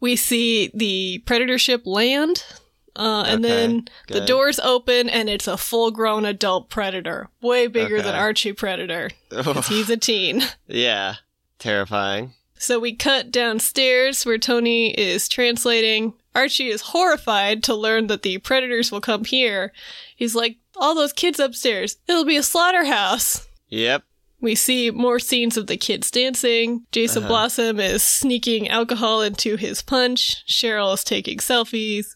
Speaker 2: we see the predator ship land uh, and
Speaker 1: Okay,
Speaker 2: then
Speaker 1: (laughs)
Speaker 2: the
Speaker 1: good.
Speaker 2: doors open and it's a full-grown adult predator way bigger than
Speaker 1: Okay.
Speaker 2: archie predator 'cause he's a teen
Speaker 1: Oh,
Speaker 2: (laughs)
Speaker 1: yeah. Terrifying.
Speaker 2: so we cut downstairs where tony is translating archie is horrified to learn that the predators will come here he's like all those kids upstairs it'll be a slaughterhouse
Speaker 1: Yep.
Speaker 2: we see more scenes of the kids dancing. Jason
Speaker 1: Uh-huh.
Speaker 2: Blossom is sneaking alcohol into his punch. Cheryl is taking selfies.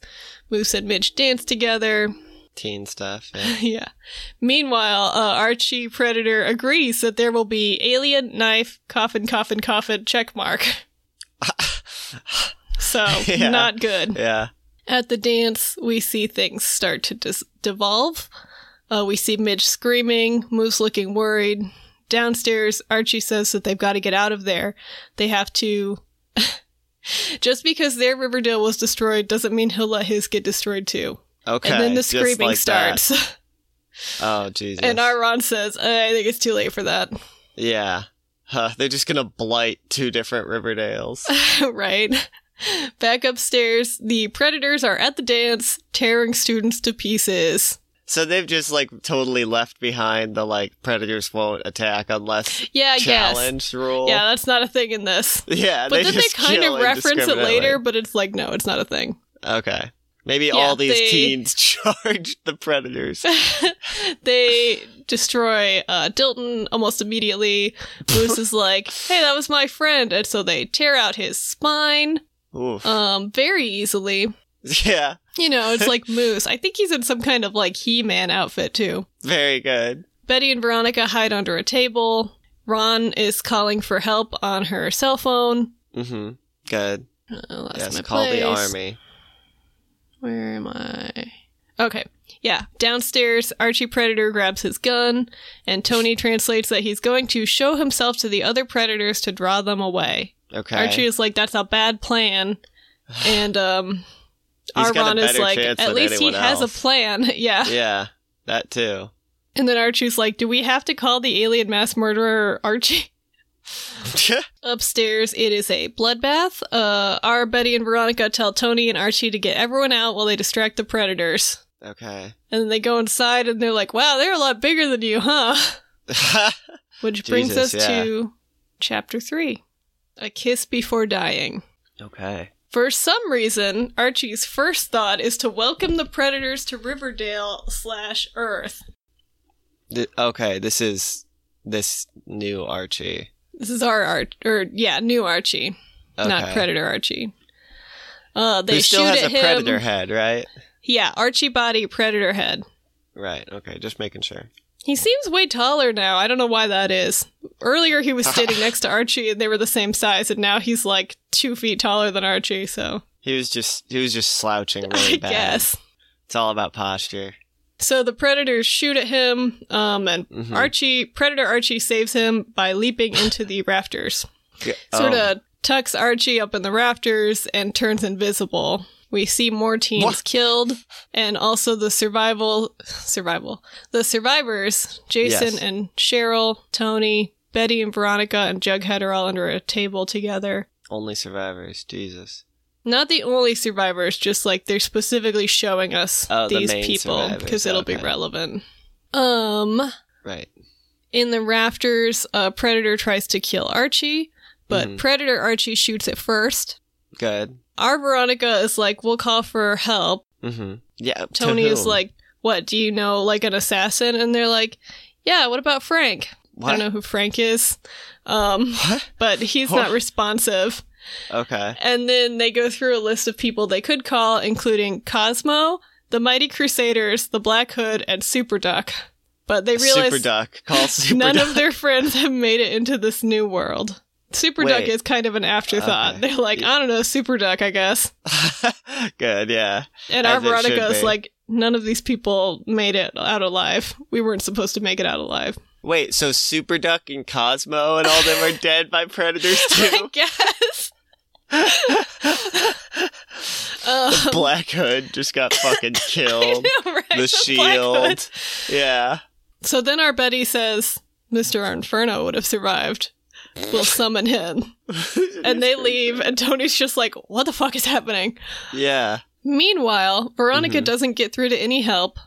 Speaker 2: Moose and Midge dance together.
Speaker 1: Teen stuff. Yeah.
Speaker 2: (laughs) yeah. Meanwhile, uh, Archie Predator agrees that there will be alien knife coffin coffin
Speaker 1: (laughs)
Speaker 2: coffin checkmark. so
Speaker 1: Yeah.
Speaker 2: not good.
Speaker 1: yeah.
Speaker 2: At the dance, we see things start to dis- devolve. Uh, we see Midge screaming, Moose looking worried. Downstairs, Archie says that they've got to get out of there. They have to. (laughs) Just because their Riverdale was destroyed doesn't mean he'll let his get destroyed too.
Speaker 1: Okay.
Speaker 2: and then the
Speaker 1: just
Speaker 2: screaming
Speaker 1: like that.
Speaker 2: starts.
Speaker 1: Oh Jesus.
Speaker 2: And our Ron says, "Uh, I think it's too late for that. (laughs)
Speaker 1: Yeah. Huh, they're just gonna blight two different Riverdales.
Speaker 2: right? Back upstairs, the Predators are at the dance, tearing students to pieces.
Speaker 1: so they've just like totally left behind the like predators won't attack unless
Speaker 2: Yeah, I guess.
Speaker 1: challenge rule.
Speaker 2: Yeah, that's not a thing in this.
Speaker 1: Yeah,
Speaker 2: But then they
Speaker 1: just
Speaker 2: kind
Speaker 1: kill
Speaker 2: of reference it
Speaker 1: indiscriminately.
Speaker 2: later, but it's like, no, it's not a thing. (laughs)
Speaker 1: Okay. Maybe all these
Speaker 2: they-
Speaker 1: teens (laughs) charged the predators.
Speaker 2: they destroy uh, Dilton almost immediately. Moose
Speaker 1: (laughs)
Speaker 2: is like, hey, that was my friend. And so they tear out his spine
Speaker 1: Oof.
Speaker 2: um, very easily.
Speaker 1: yeah.
Speaker 2: You know,
Speaker 1: (laughs)
Speaker 2: it's like Moose. I think he's in some kind of like He Man outfit too.
Speaker 1: Very good.
Speaker 2: Betty and Veronica hide under a table. Ron is calling for help on her cell phone.
Speaker 1: Mm-hmm. Good.
Speaker 2: Oh, that's
Speaker 1: yes,
Speaker 2: my
Speaker 1: call the
Speaker 2: place.
Speaker 1: army.
Speaker 2: Where am I? Okay. Yeah. Downstairs, Archie Predator grabs his gun,
Speaker 1: (laughs)
Speaker 2: and Tony translates that he's going to show himself to the other predators to draw them away.
Speaker 1: Okay.
Speaker 2: Archie is like, that's a bad
Speaker 1: (sighs)
Speaker 2: plan. And, um,
Speaker 1: He's got a
Speaker 2: Arron is
Speaker 1: better
Speaker 2: like,
Speaker 1: chance
Speaker 2: at
Speaker 1: than
Speaker 2: least he
Speaker 1: anyone
Speaker 2: has a
Speaker 1: else."
Speaker 2: plan. (laughs) yeah.
Speaker 1: yeah. That too. (laughs)
Speaker 2: And then Archie's like, do we have to call the alien mass murderer Archie? Upstairs, it is a bloodbath. Uh, our Betty and Veronica tell Tony and Archie to get everyone out while they distract the predators.
Speaker 1: okay.
Speaker 2: And then they go inside and they're like, wow, they're a lot bigger than you, huh? (laughs) Which brings
Speaker 1: Jesus,
Speaker 2: us to chapter three A Kiss Before Dying.
Speaker 1: (laughs) okay.
Speaker 2: For some reason, Archie's first thought is to welcome the predators to Riverdale slash Earth.
Speaker 1: Th- okay, this is this new Archie.
Speaker 2: This is our Arch, or yeah, new Archie,
Speaker 1: Okay.
Speaker 2: not Predator Archie. Uh, they
Speaker 1: Who still
Speaker 2: shoot
Speaker 1: has a
Speaker 2: at him.
Speaker 1: predator head, right?
Speaker 2: Yeah, Archie body, Predator head.
Speaker 1: Right. Okay, just making sure.
Speaker 2: He seems way taller now. I don't know why that is. Earlier, he was
Speaker 1: (laughs)
Speaker 2: standing next to Archie, and they were the same size, and now he's like two feet taller than Archie. So (laughs)
Speaker 1: He was just he was just slouching really
Speaker 2: I
Speaker 1: bad.
Speaker 2: guess.
Speaker 1: It's all about posture.
Speaker 2: So the predators shoot at him, um, and
Speaker 1: Mhm.
Speaker 2: Archie, predator Archie, saves him by leaping into the rafters.
Speaker 1: Yeah,
Speaker 2: Sort
Speaker 1: oh.
Speaker 2: of tucks Archie up in the rafters and turns invisible. We see more teens
Speaker 1: What?
Speaker 2: killed, and also the survival, survival, the survivors, Jason
Speaker 1: Yes.
Speaker 2: and Cheryl, Tony, Betty and Veronica, and Jughead are all under a table together.
Speaker 1: oh, only survivors. Jesus.
Speaker 2: Not the only survivors, just like they're specifically showing us
Speaker 1: Oh, the
Speaker 2: these
Speaker 1: main
Speaker 2: people
Speaker 1: survivors,
Speaker 2: because it'll be
Speaker 1: okay.
Speaker 2: relevant. Um,
Speaker 1: Right.
Speaker 2: in the rafters, uh, Predator tries to kill Archie, but
Speaker 1: Mhm.
Speaker 2: Predator Archie shoots it first.
Speaker 1: Good.
Speaker 2: Our Veronica is like, "We'll call for help."
Speaker 1: Mm-hmm. Yeah. to
Speaker 2: Tony is
Speaker 1: whom?
Speaker 2: like, "What do you know? Like an assassin?" And they're like, "Yeah, what about Frank?" I
Speaker 1: what?
Speaker 2: don't know who Frank is, um,
Speaker 1: What?
Speaker 2: but he's not responsive.
Speaker 1: Okay.
Speaker 2: And then they go through a list of people they could call, including Cosmo, the Mighty Crusaders, the Black Hood, and Superduck. But they realize
Speaker 1: Super Duck.
Speaker 2: (laughs)
Speaker 1: Call Super
Speaker 2: none
Speaker 1: Duck.
Speaker 2: of their friends have made it into this new world. Superduck
Speaker 1: Wait.
Speaker 2: is kind of an afterthought.
Speaker 1: Okay.
Speaker 2: They're like, I don't know, Superduck, I guess.
Speaker 1: (laughs) Good, yeah.
Speaker 2: And
Speaker 1: As
Speaker 2: our
Speaker 1: it should
Speaker 2: Veronica is
Speaker 1: be.
Speaker 2: like, none of these people made it out alive. We weren't supposed to make it out alive. (laughs)
Speaker 1: Wait, so Super Duck and Cosmo and all them are dead by predators
Speaker 2: (laughs) I
Speaker 1: too? (laughs)
Speaker 2: guess. um,
Speaker 1: Black Hood just got fucking killed.
Speaker 2: (laughs) I know, right?
Speaker 1: The
Speaker 2: The Black Hood.
Speaker 1: shield. Yeah.
Speaker 2: So then our Betty says, Mr. Inferno would have survived. We'll summon him.
Speaker 1: (laughs)
Speaker 2: And they leave, and Tony's just like, what the fuck is happening?
Speaker 1: Yeah.
Speaker 2: Meanwhile, Veronica
Speaker 1: Mhm.
Speaker 2: doesn't get through to any help,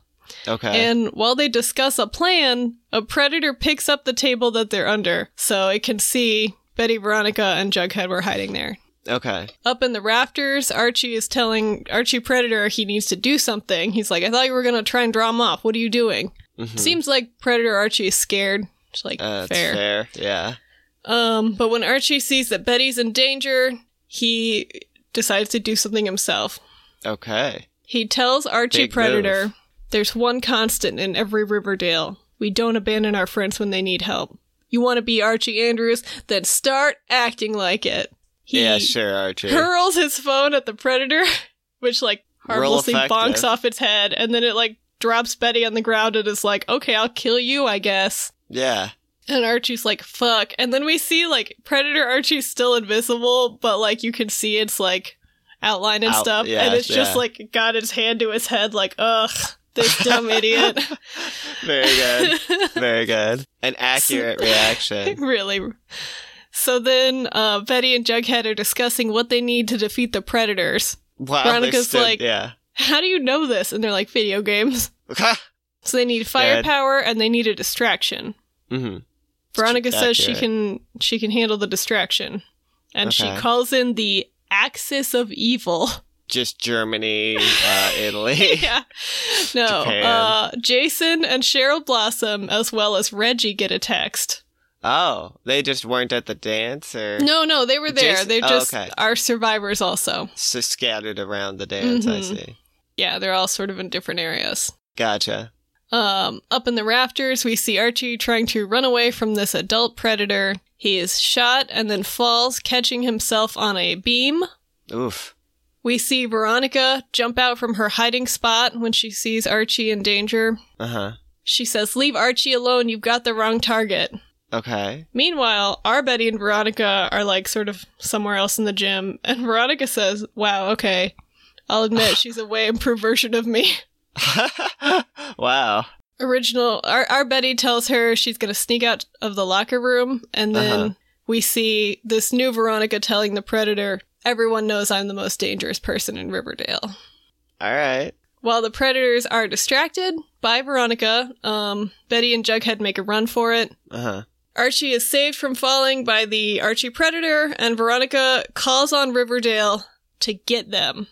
Speaker 1: Okay.
Speaker 2: and while they discuss a plan, a predator picks up the table that they're under, so it can see Betty, Veronica, and Jughead were hiding there.
Speaker 1: okay.
Speaker 2: Up in the rafters, Archie is telling Archie Predator he needs to do something. He's like, I thought you were going to try and draw him off. What are you doing?
Speaker 1: Mhm.
Speaker 2: Seems like Predator Archie is scared. It's like,
Speaker 1: Uh, that's
Speaker 2: fair.
Speaker 1: fair. Yeah.
Speaker 2: Um, but when Archie sees that Betty's in danger, he decides to do something himself.
Speaker 1: Okay.
Speaker 2: He tells Archie
Speaker 1: Big
Speaker 2: Predator,
Speaker 1: move.
Speaker 2: "There's one constant in every Riverdale. We don't abandon our friends when they need help. You want to be Archie Andrews? Then start acting like it." He
Speaker 1: yeah, sure, Archie.
Speaker 2: hurls his phone at the Predator, (laughs) which like
Speaker 1: Real
Speaker 2: harmlessly
Speaker 1: effective.
Speaker 2: bonks off its head, and then it like drops Betty on the ground and is like, "Okay, I'll kill you, I guess."
Speaker 1: yeah.
Speaker 2: And Archie's like, fuck. And then we see like Predator Archie's still invisible, but like you can see it's like outline and
Speaker 1: Out-
Speaker 2: stuff.
Speaker 1: yeah,
Speaker 2: and it's just
Speaker 1: yeah.
Speaker 2: like got his hand to his head, like, ugh, this
Speaker 1: (laughs)
Speaker 2: dumb idiot.
Speaker 1: Very good. Very good. An accurate reaction.
Speaker 2: (laughs) really. So then uh, Betty and Jughead are discussing what they need to defeat the Predators.
Speaker 1: Wow.
Speaker 2: Veronica's
Speaker 1: understood.
Speaker 2: like-
Speaker 1: yeah. (laughs)
Speaker 2: How do you know this? And they're like, video games. So they need firepower and they need a distraction.
Speaker 1: hmm
Speaker 2: Veronica says she
Speaker 1: accurate.
Speaker 2: can she can handle the distraction, and she
Speaker 1: Okay.
Speaker 2: calls in the axis
Speaker 1: (laughs)
Speaker 2: of evil. (laughs)
Speaker 1: Just Germany, uh, Italy.
Speaker 2: yeah, no,
Speaker 1: Japan.
Speaker 2: uh, Jason and Cheryl Blossom as well as Reggie get a text.
Speaker 1: Oh, they just weren't at the dance or
Speaker 2: No, no, they were there.
Speaker 1: Jason-
Speaker 2: They're
Speaker 1: oh,
Speaker 2: just
Speaker 1: okay.
Speaker 2: our survivors. Also,
Speaker 1: so scattered around the dance. I
Speaker 2: Mhm.
Speaker 1: see.
Speaker 2: yeah, they're all sort of in different areas.
Speaker 1: Gotcha.
Speaker 2: Um, up in the rafters, we see Archie trying to run away from this adult predator. He is shot and then falls, catching himself on a beam.
Speaker 1: Oof.
Speaker 2: We see Veronica jump out from her hiding spot when she sees Archie in danger.
Speaker 1: Uh huh.
Speaker 2: She says, Leave Archie alone, you've got the wrong target.
Speaker 1: Okay. (laughs)
Speaker 2: Meanwhile, our Betty and Veronica are like sort of somewhere else in the gym, and Veronica says, Wow, okay. I'll admit she's a way improved version of me.
Speaker 1: wow.
Speaker 2: Original, our, our Betty tells her she's going to sneak out of the locker room, and then
Speaker 1: Uh-huh.
Speaker 2: we see this new Veronica telling the Predator, Everyone knows I'm the most dangerous person in Riverdale.
Speaker 1: All right.
Speaker 2: While the predators are distracted by Veronica, um, Betty and Jughead make a run for it.
Speaker 1: Uh huh.
Speaker 2: Archie is saved from falling by the Archie Predator, and Veronica calls on Riverdale to get them.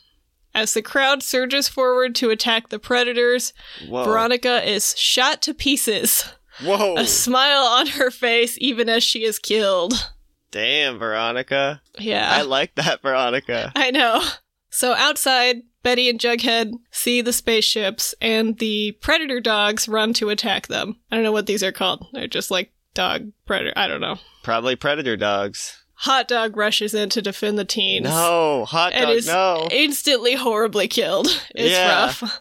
Speaker 2: As the crowd surges forward to attack the predators,
Speaker 1: Whoa.
Speaker 2: Veronica is shot to pieces,
Speaker 1: Whoa.
Speaker 2: a smile on her face even as she is killed.
Speaker 1: Damn, Veronica. I
Speaker 2: Yeah,
Speaker 1: like that, Veronica.
Speaker 2: I know. So outside, Betty and Jughead see the spaceships, and the predator dogs run to attack them. I don't know what these are called. They're just like dog predator. I don't know.
Speaker 1: Probably predator dogs.
Speaker 2: Hot dog rushes in to defend the teens.
Speaker 1: No, hot
Speaker 2: It
Speaker 1: dog.
Speaker 2: is-
Speaker 1: no.
Speaker 2: Instantly horribly killed. It's
Speaker 1: Yeah.
Speaker 2: rough.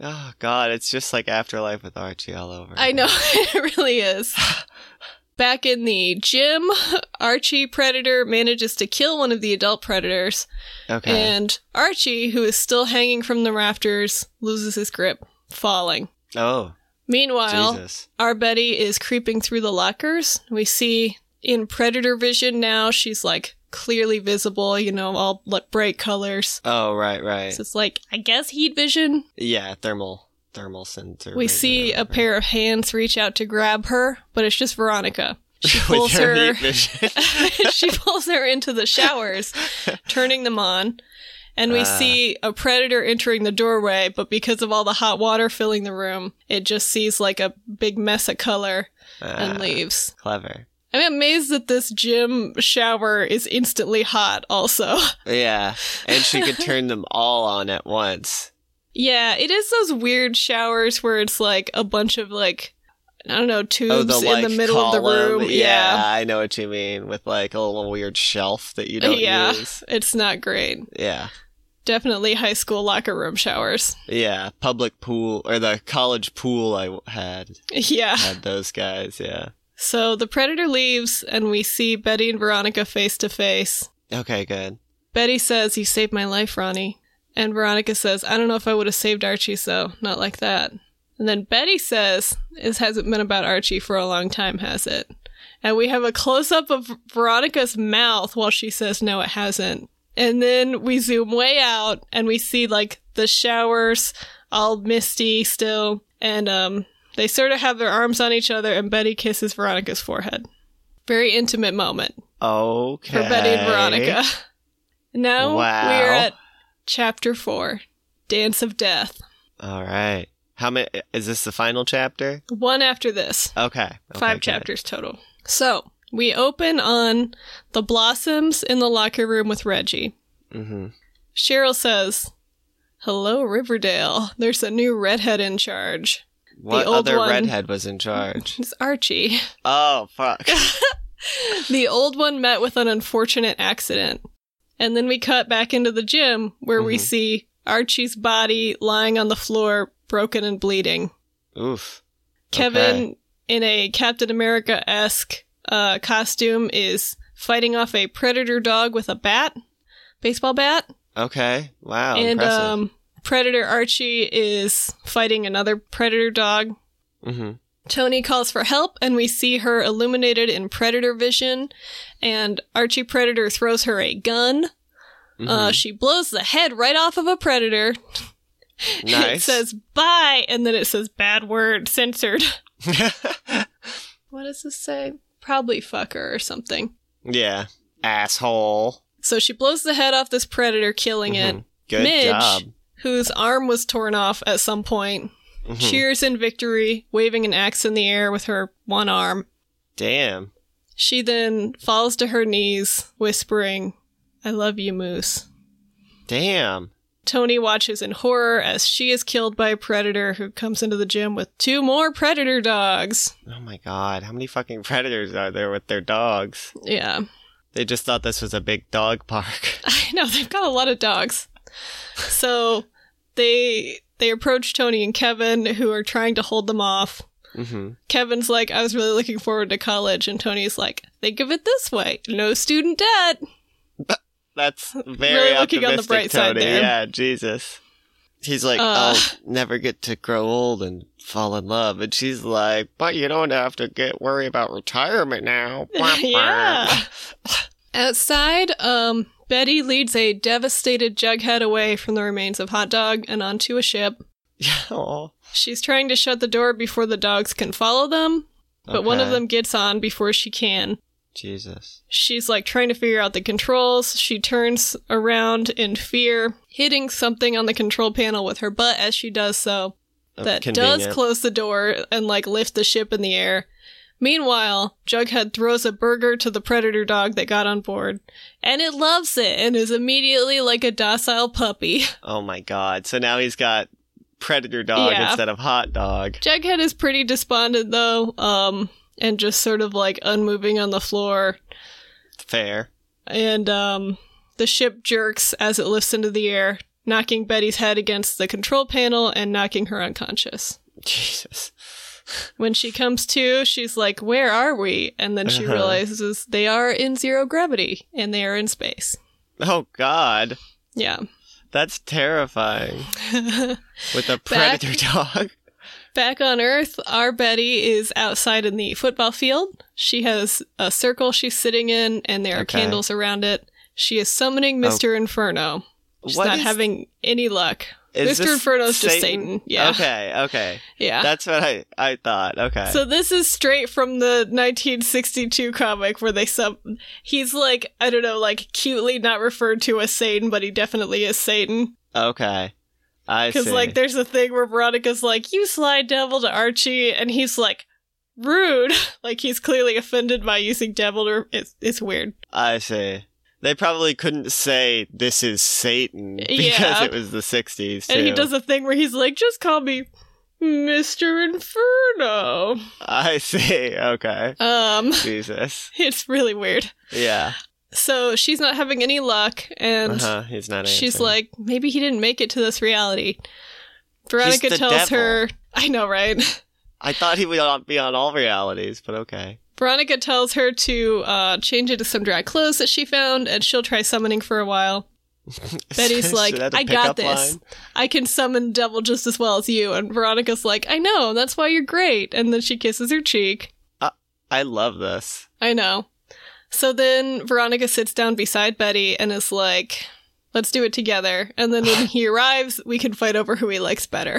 Speaker 1: Oh God, it's just like afterlife with Archie all over.
Speaker 2: I know. (laughs) it really is. Back in the gym, Archie Predator manages to kill one of the adult predators,
Speaker 1: Okay.
Speaker 2: and Archie, who is still hanging from the rafters, loses his grip, falling.
Speaker 1: oh
Speaker 2: Meanwhile,
Speaker 1: Jesus.
Speaker 2: our Betty is creeping through the lockers. We see in predator vision now, she's like clearly visible, you know, all like bright colors.
Speaker 1: Oh right, right.
Speaker 2: So it's like, I guess heat vision.
Speaker 1: yeah, thermal. thermal sensor.
Speaker 2: We
Speaker 1: rig or
Speaker 2: see a
Speaker 1: whatever.
Speaker 2: pair of hands reach out to grab her, but it's
Speaker 1: (laughs)
Speaker 2: just Veronica. She
Speaker 1: With
Speaker 2: pulls
Speaker 1: her
Speaker 2: her.
Speaker 1: heat vision.
Speaker 2: (laughs) she pulls her into
Speaker 1: (laughs)
Speaker 2: the showers, turning them on. And we
Speaker 1: Ah.
Speaker 2: see a predator entering the doorway, but because of all the hot water filling the room, it just sees like a big mess of color and
Speaker 1: Ah,
Speaker 2: leaves.
Speaker 1: Clever.
Speaker 2: I'm amazed that this gym shower is instantly hot, also. (laughs)
Speaker 1: Yeah, and she could turn them all on at once.
Speaker 2: yeah, it is those weird showers where it's like a bunch of like, I don't know, tubes
Speaker 1: oh, the like
Speaker 2: in the middle of the
Speaker 1: column.
Speaker 2: room.
Speaker 1: Yeah, I know what you mean with like a little weird shelf that you don't
Speaker 2: Yeah.
Speaker 1: use.
Speaker 2: It's not great.
Speaker 1: Yeah,
Speaker 2: Definitely high school locker room showers. (laughs)
Speaker 1: yeah. Public pool or the college pool I w- had
Speaker 2: Yeah. (laughs)
Speaker 1: had those guys. Yeah.
Speaker 2: So the predator leaves, and we see Betty and Veronica face to face.
Speaker 1: Okay, good.
Speaker 2: Betty says, You saved my life, Ronnie. And Veronica says, I don't know if I would have saved Archie, so not like that. And then Betty says, This hasn't been about Archie for a long time, has it? And we have a close up of Veronica's mouth while she says, No, it hasn't. And then we zoom way out and we see like the showers all misty still. And um, they sort of have their arms on each other and Betty kisses Veronica's forehead. Very intimate moment
Speaker 1: Okay.
Speaker 2: for Betty and Veronica. (laughs) Now
Speaker 1: Wow.
Speaker 2: we're at chapter four Dance of Death.
Speaker 1: All right. How many is this the final chapter?
Speaker 2: One after this,
Speaker 1: Okay. okay,
Speaker 2: five
Speaker 1: good.
Speaker 2: chapters total. So we open on the blossoms in the locker room with Reggie.
Speaker 1: Mhm.
Speaker 2: Cheryl says, Hello, Riverdale. There's a new redhead in charge.
Speaker 1: What
Speaker 2: old
Speaker 1: other
Speaker 2: one-
Speaker 1: redhead was in
Speaker 2: (laughs)
Speaker 1: charge?
Speaker 2: It's Archie.
Speaker 1: oh
Speaker 2: (laughs)
Speaker 1: fuck.
Speaker 2: The old one met with an unfortunate accident. And then we cut back into the gym where we
Speaker 1: Mhm.
Speaker 2: see Archie's body lying on the floor, broken and bleeding.
Speaker 1: Oof.
Speaker 2: Kevin, in a Captain America esque uh, costume, is fighting off a predator dog with a bat, baseball bat.
Speaker 1: Okay. Wow.
Speaker 2: and
Speaker 1: Oh, impressive.
Speaker 2: um, Predator Archie is fighting another predator dog.
Speaker 1: Mhm.
Speaker 2: Tony calls for help, and we see her illuminated in predator vision. And Archie Predator throws her a gun. Uh, (laughs)
Speaker 1: Mhm.
Speaker 2: she blows the head right off of a predator. it
Speaker 1: nice.
Speaker 2: says bye, and then it says bad word censored. (laughs) What does this say? Probably fucker or something.
Speaker 1: (laughs) yeah. Asshole.
Speaker 2: So she blows the head off this predator, killing it,
Speaker 1: Mhm. Good
Speaker 2: Midge.
Speaker 1: job.
Speaker 2: whose arm was torn off at some point.
Speaker 1: Mhm.
Speaker 2: Cheers in victory, waving an axe in the air with her one arm.
Speaker 1: Damn.
Speaker 2: She then falls to her knees, whispering, I love you, Moose.
Speaker 1: Damn.
Speaker 2: Tony watches in horror as she is killed by a predator who comes into the gym with two more predator dogs.
Speaker 1: Oh my god. How many fucking (laughs) predators are there with their dogs?
Speaker 2: Yeah. (laughs)
Speaker 1: They just thought this was a big dog park. (laughs)
Speaker 2: I know they've got a lot of dogs. So they they approach Tony and Kevin who are trying to hold them off. Mm-hmm.
Speaker 1: Mhm.
Speaker 2: Kevin's like, I was really looking forward to college, and Tony's like, think of it this way: no student debt. (laughs)
Speaker 1: That's very
Speaker 2: looking
Speaker 1: optimistic,
Speaker 2: on the bright side
Speaker 1: Tony.
Speaker 2: there.
Speaker 1: Yeah, Jesus. He's like,
Speaker 2: Uh.
Speaker 1: I'll never get to grow old and fall in love, and she's like, but you don't have to get worry about retirement
Speaker 2: (laughs)
Speaker 1: now. (laughs)
Speaker 2: yeah. Outside, um, Betty leads a devastated Jughead away from the remains of Hot Dog and onto a ship.
Speaker 1: Oh,
Speaker 2: She's trying to shut the door before the dogs can follow them, but one of
Speaker 1: okay.
Speaker 2: them gets on before she can.
Speaker 1: Jesus.
Speaker 2: She's like trying to figure out the controls. She turns around in fear, hitting something on the control panel with her butt as she does so.
Speaker 1: Oh,
Speaker 2: That does
Speaker 1: convenient.
Speaker 2: close the door and like lift the ship in the air. Meanwhile, Jughead throws a burger to the predator dog that got on board, and it loves it and is immediately like a docile puppy. (laughs)
Speaker 1: Oh my god. So now he's got predator dog
Speaker 2: Yeah.
Speaker 1: instead of hot dog.
Speaker 2: Jughead is pretty despondent though, um, and just sort of like unmoving on the floor.
Speaker 1: Fair. (laughs)
Speaker 2: and um, the ship jerks as it lifts into the air, knocking Betty's head against the control panel and knocking her unconscious.
Speaker 1: Jesus.
Speaker 2: When she comes to, she's like, Where are we? And then she
Speaker 1: Uh-huh.
Speaker 2: realizes they are in zero gravity and they are in space.
Speaker 1: Oh god.
Speaker 2: Yeah. (laughs)
Speaker 1: That's terrifying. With a
Speaker 2: Back-
Speaker 1: predator dog.
Speaker 2: Back on Earth, our Betty is outside in the football field. She has a circle she's sitting in, and there are
Speaker 1: Okay. Oh.
Speaker 2: candles around it. She is summoning Mr. Inferno. (laughs) She's
Speaker 1: What
Speaker 2: not
Speaker 1: is-
Speaker 2: having any luck.
Speaker 1: Is
Speaker 2: Mr.
Speaker 1: this
Speaker 2: Inferno's just Satan. Yeah.
Speaker 1: Okay, okay.
Speaker 2: Yeah.
Speaker 1: That's what I, I thought. Okay.
Speaker 2: So this is straight from the 1962 comic where they sub. He's like I don't know, like cutely not referred to as Satan, but he definitely is Satan.
Speaker 1: okay.
Speaker 2: (laughs)
Speaker 1: I
Speaker 2: Because
Speaker 1: see.
Speaker 2: like there's a thing where Veronica's like, "You sly devil" to Archie, and he's like, "Rude!" (laughs) like he's clearly offended by using devil. Or it's it's weird.
Speaker 1: I see. They probably couldn't say this is Satan (laughs) because
Speaker 2: Yeah.
Speaker 1: it was the 60s too.
Speaker 2: And he does a thing where he's like, "Just call me Mister Inferno."
Speaker 1: (laughs) I see. Okay.
Speaker 2: Um, (laughs)
Speaker 1: Jesus.
Speaker 2: it's really weird.
Speaker 1: Yeah.
Speaker 2: So she's not having any luck, and.
Speaker 1: Uh-huh. He's not
Speaker 2: She's
Speaker 1: answering.
Speaker 2: like, maybe he didn't make it to this reality. Veronica
Speaker 1: the
Speaker 2: tells
Speaker 1: devil.
Speaker 2: her, I know, right? (laughs)
Speaker 1: I thought he would not be on all realities, but okay.
Speaker 2: Veronica tells her to uh, change into some dry clothes that she found, and she'll try summoning for a while.
Speaker 1: (laughs)
Speaker 2: Betty's
Speaker 1: Is
Speaker 2: like,
Speaker 1: that a
Speaker 2: I
Speaker 1: pickup
Speaker 2: got this.
Speaker 1: line?
Speaker 2: I can summon devil just as well as you. And Veronica's like, I know, that's why you're great. And then she kisses her cheek.
Speaker 1: I love this.
Speaker 2: I know. So then Veronica sits down beside Betty and is like, let's do it together. And then
Speaker 1: (laughs)
Speaker 2: when he arrives, we can fight over who he likes better.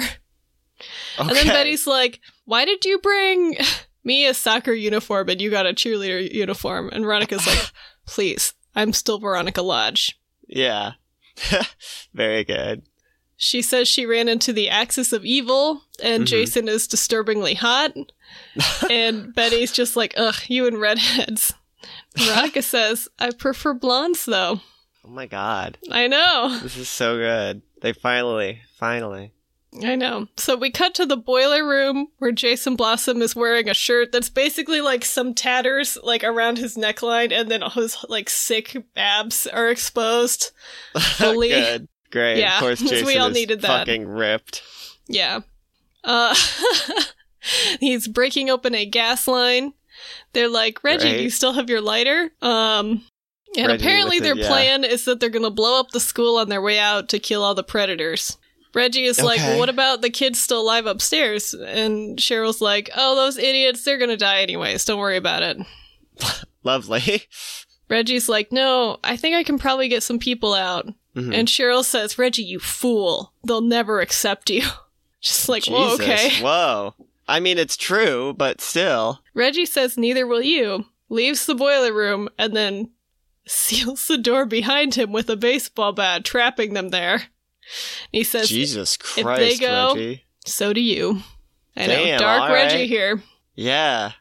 Speaker 1: Okay.
Speaker 2: And then Betty's like, Why did you bring (laughs) me a soccer uniform and you got a cheerleader uniform? And Veronica's like, Please, I'm still Veronica Lodge.
Speaker 1: Yeah. (laughs) Very good.
Speaker 2: She says she ran into the axis of evil and
Speaker 1: Mhm.
Speaker 2: Jason is disturbingly hot. and Betty's just like, Ugh, you and redheads. Veronica says, I prefer blondes though.
Speaker 1: Oh my god.
Speaker 2: I know.
Speaker 1: This is so good. They finally, finally.
Speaker 2: I know. So we cut to the boiler room where Jason Blossom is wearing a shirt that's basically like some tatters like around his neckline and then all his like sick abs are exposed. Fully.
Speaker 1: good. Great.
Speaker 2: Yeah,
Speaker 1: of course,
Speaker 2: (laughs) 'cause we
Speaker 1: Jason
Speaker 2: all
Speaker 1: is
Speaker 2: needed that.
Speaker 1: fucking ripped.
Speaker 2: Yeah. Uh (laughs) he's breaking open a gas line. They're like, "Reggie,
Speaker 1: Right.
Speaker 2: do you still have your lighter?" Um and
Speaker 1: Reggie
Speaker 2: apparently
Speaker 1: with
Speaker 2: their
Speaker 1: it, yeah.
Speaker 2: plan is that they're going to blow up the school on their way out to kill all the predators. Reggie is like,
Speaker 1: Okay.
Speaker 2: well, what about the kids still alive upstairs? And Cheryl's like, oh, those idiots, they're going to die anyways. Don't worry about it.
Speaker 1: Lovely. (laughs)
Speaker 2: Reggie's like, no, I think I can probably get some people out.
Speaker 1: Mhm.
Speaker 2: And Cheryl says, Reggie, you fool. They'll never accept you. (laughs) Just like, whoa,
Speaker 1: Jesus.
Speaker 2: okay.
Speaker 1: Whoa. I mean, it's true, but still.
Speaker 2: Reggie says, Neither will you, leaves the boiler room, and then seals the door behind him with a baseball bat, trapping them there. He says,
Speaker 1: Jesus
Speaker 2: they
Speaker 1: Christ,
Speaker 2: go-
Speaker 1: Reggie.
Speaker 2: So do you. I know,
Speaker 1: Damn,
Speaker 2: dark
Speaker 1: all
Speaker 2: Reggie
Speaker 1: right.
Speaker 2: here.
Speaker 1: Yeah.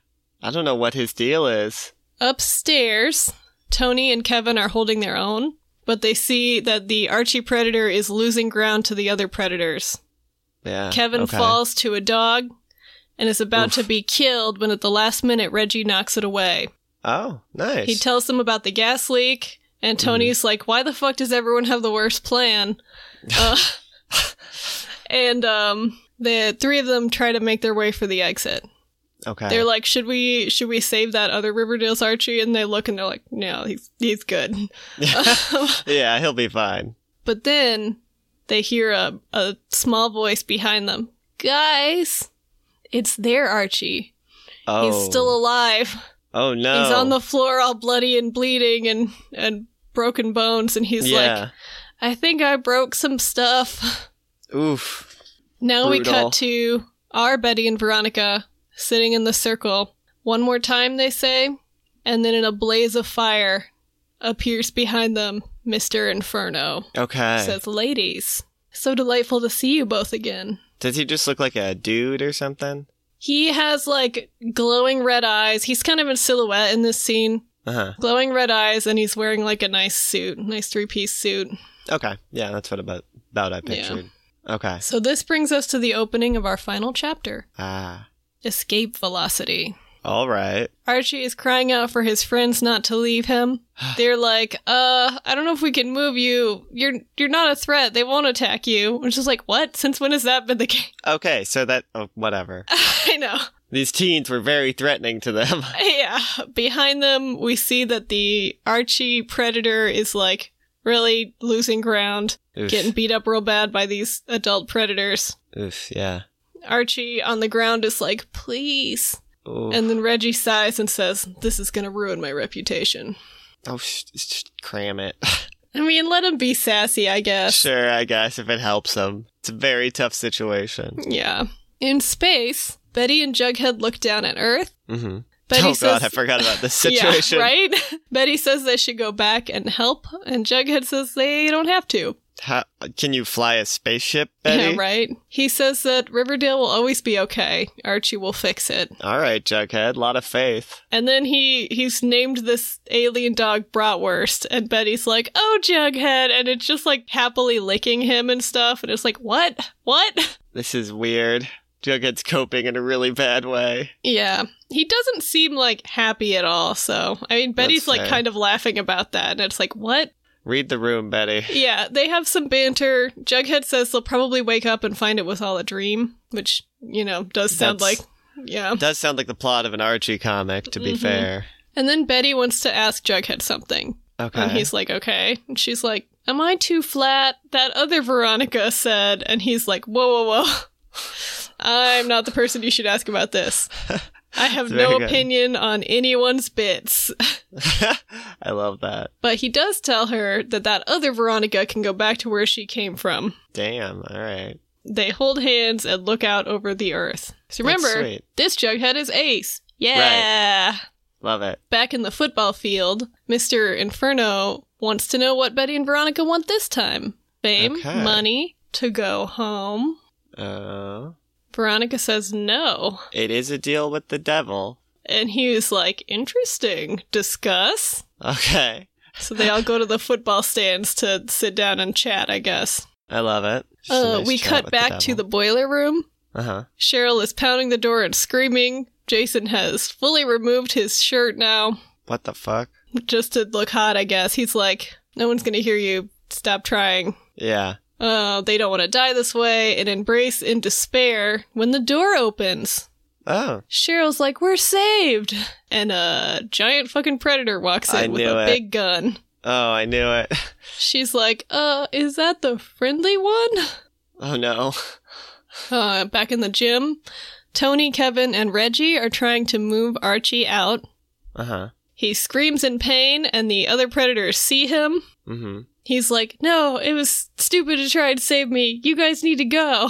Speaker 1: I don't know what his deal is.
Speaker 2: Upstairs, Tony and Kevin are holding their own, but they see that the Archie Predator is losing ground to the other predators.
Speaker 1: Yeah.
Speaker 2: Kevin
Speaker 1: Uh, okay.
Speaker 2: falls to a dog and is about to be killed when at the last minute Reggie knocks it away.
Speaker 1: Oh, nice.
Speaker 2: He tells them about the gas leak, and Tony's like, "Why the fuck does everyone have the worst plan?" Uh, and um, the three of them try to make their way for the exit.
Speaker 1: okay. (laughs)
Speaker 2: They're like, "Should we? Should we save that other Riverdale's Archie?" And they look and they're like, "No, he's he's good." (laughs) Um,
Speaker 1: yeah, he'll be fine.
Speaker 2: but then they hear a a small voice behind them, "Guys, it's their Archie.
Speaker 1: Oh.
Speaker 2: He's still alive."
Speaker 1: Oh no.
Speaker 2: He's on the floor all bloody and bleeding and and broken bones and he's like,
Speaker 1: yeah.
Speaker 2: I think I broke some stuff.
Speaker 1: Oof.
Speaker 2: Now we
Speaker 1: Brutal.
Speaker 2: cut to our Betty and Veronica sitting in the circle. One more time they say, and then in a blaze of fire appears behind them Mr. Inferno.
Speaker 1: Okay.
Speaker 2: Says, "Ladies, so delightful to see you both again."
Speaker 1: Does he just look like a dude or something?
Speaker 2: He has like glowing red eyes. He's kind of in silhouette in this scene.
Speaker 1: Uh huh.
Speaker 2: glowing red eyes and he's wearing like a nice suit nice three-piece suit
Speaker 1: Okay. Yeah, that's what about about I pictured. Okay.
Speaker 2: so this brings us to the opening of our final chapter
Speaker 1: Ah.
Speaker 2: escape velocity
Speaker 1: All right.
Speaker 2: archie is crying out for his friends not to leave him they're like uh i don't know if we can move you you're you're not a threat they won't attack you which is like what since when has that been the (laughs) case
Speaker 1: Okay. So that oh,
Speaker 2: (laughs)
Speaker 1: whatever.
Speaker 2: i know
Speaker 1: These teens were very threatening to
Speaker 2: (laughs)
Speaker 1: them.
Speaker 2: yeah behind them we see that the archie predator is like really losing ground
Speaker 1: Oof.
Speaker 2: getting beat up real bad by these adult predators
Speaker 1: Oof. Yeah.
Speaker 2: Archie on the ground is like, please.
Speaker 1: Oof.
Speaker 2: And then Reggie sighs and says, this is going to ruin my reputation.
Speaker 1: oh, sh- sh- cram it. (laughs)
Speaker 2: I mean, let him be sassy, I guess.
Speaker 1: Sure, I guess, if it helps him. It's a very tough situation.
Speaker 2: Yeah. In space, Betty and Jughead look down at Earth.
Speaker 1: hmm
Speaker 2: Betty
Speaker 1: oh,
Speaker 2: says,
Speaker 1: God, I forgot about this situation.
Speaker 2: (laughs) Yeah, right? Betty says they should go back and help, and Jughead says they don't have to. (laughs)
Speaker 1: How, can you fly a spaceship, Betty?
Speaker 2: Yeah, right? He says that Riverdale will always be okay. Archie will fix it.
Speaker 1: All right, Jughead, a lot of faith.
Speaker 2: And then he he's named this alien dog Bratwurst, and Betty's like, "Oh, Jughead," and it's just like happily licking him and stuff, and it's like, "What? What?"
Speaker 1: This is weird. Jughead's coping in a really bad way.
Speaker 2: Yeah, he doesn't seem like happy at all. So I mean, Betty's like
Speaker 1: fair.
Speaker 2: kind of laughing about that, and it's like, "What?"
Speaker 1: Read the room, Betty.
Speaker 2: (laughs) Yeah, they have some banter. Jughead says they'll probably wake up and find it was all a dream, which you know does sound
Speaker 1: That's-
Speaker 2: like. Yeah.
Speaker 1: Does sound like the plot of an Archie comic, to be
Speaker 2: Mhm.
Speaker 1: fair.
Speaker 2: And then Betty wants to ask Jughead something.
Speaker 1: Okay.
Speaker 2: And he's like, okay. And she's like, am I too flat? That other Veronica said. And he's like, whoa, whoa, whoa. (laughs) I'm not the person you should ask
Speaker 1: (laughs)
Speaker 2: about this. I have
Speaker 1: It's very
Speaker 2: no
Speaker 1: good.
Speaker 2: opinion on anyone's bits.
Speaker 1: (laughs)
Speaker 2: (laughs)
Speaker 1: I love that.
Speaker 2: But he does tell her that that other Veronica can go back to where she came from.
Speaker 1: Damn. All right.
Speaker 2: They hold hands and look out over the earth.
Speaker 1: That's
Speaker 2: So remember,
Speaker 1: sweet.
Speaker 2: this jughead is Ace. Yeah.
Speaker 1: Love it.
Speaker 2: Back in the football field, Mr. Inferno wants to know what Betty and Veronica want this time fame,
Speaker 1: Okay.
Speaker 2: money, to go home.
Speaker 1: Uh,
Speaker 2: Veronica says no.
Speaker 1: it is a deal with the devil. (laughs)
Speaker 2: And he was like, interesting, discuss.
Speaker 1: Okay.
Speaker 2: So they all go to the football stands to sit down and chat, I guess.
Speaker 1: I love it. Just a
Speaker 2: Uh,
Speaker 1: nice
Speaker 2: we
Speaker 1: chat
Speaker 2: cut
Speaker 1: with
Speaker 2: back to the boiler room.
Speaker 1: Uh huh.
Speaker 2: Cheryl is pounding the door and screaming. Jason has fully removed his shirt now.
Speaker 1: What the fuck?
Speaker 2: just to look hot, I guess. He's like, no one's going to hear you. Stop trying.
Speaker 1: Yeah.
Speaker 2: Oh, they don't want to die this way and embrace in despair when the door opens.
Speaker 1: Oh,
Speaker 2: Cheryl's like, we're saved. And a giant fucking predator walks
Speaker 1: I
Speaker 2: in with
Speaker 1: knew it.
Speaker 2: a big gun.
Speaker 1: oh, I knew it. (laughs)
Speaker 2: She's like, uh, is that the friendly one? (laughs)
Speaker 1: Oh no. (laughs)
Speaker 2: Uh, back in the gym, Tony, Kevin, and Reggie are trying to move Archie out.
Speaker 1: Uh huh.
Speaker 2: He screams in pain, and the other predators see him.
Speaker 1: Mm-hmm.
Speaker 2: He's like, No, it was stupid to try and save me. You guys need to go.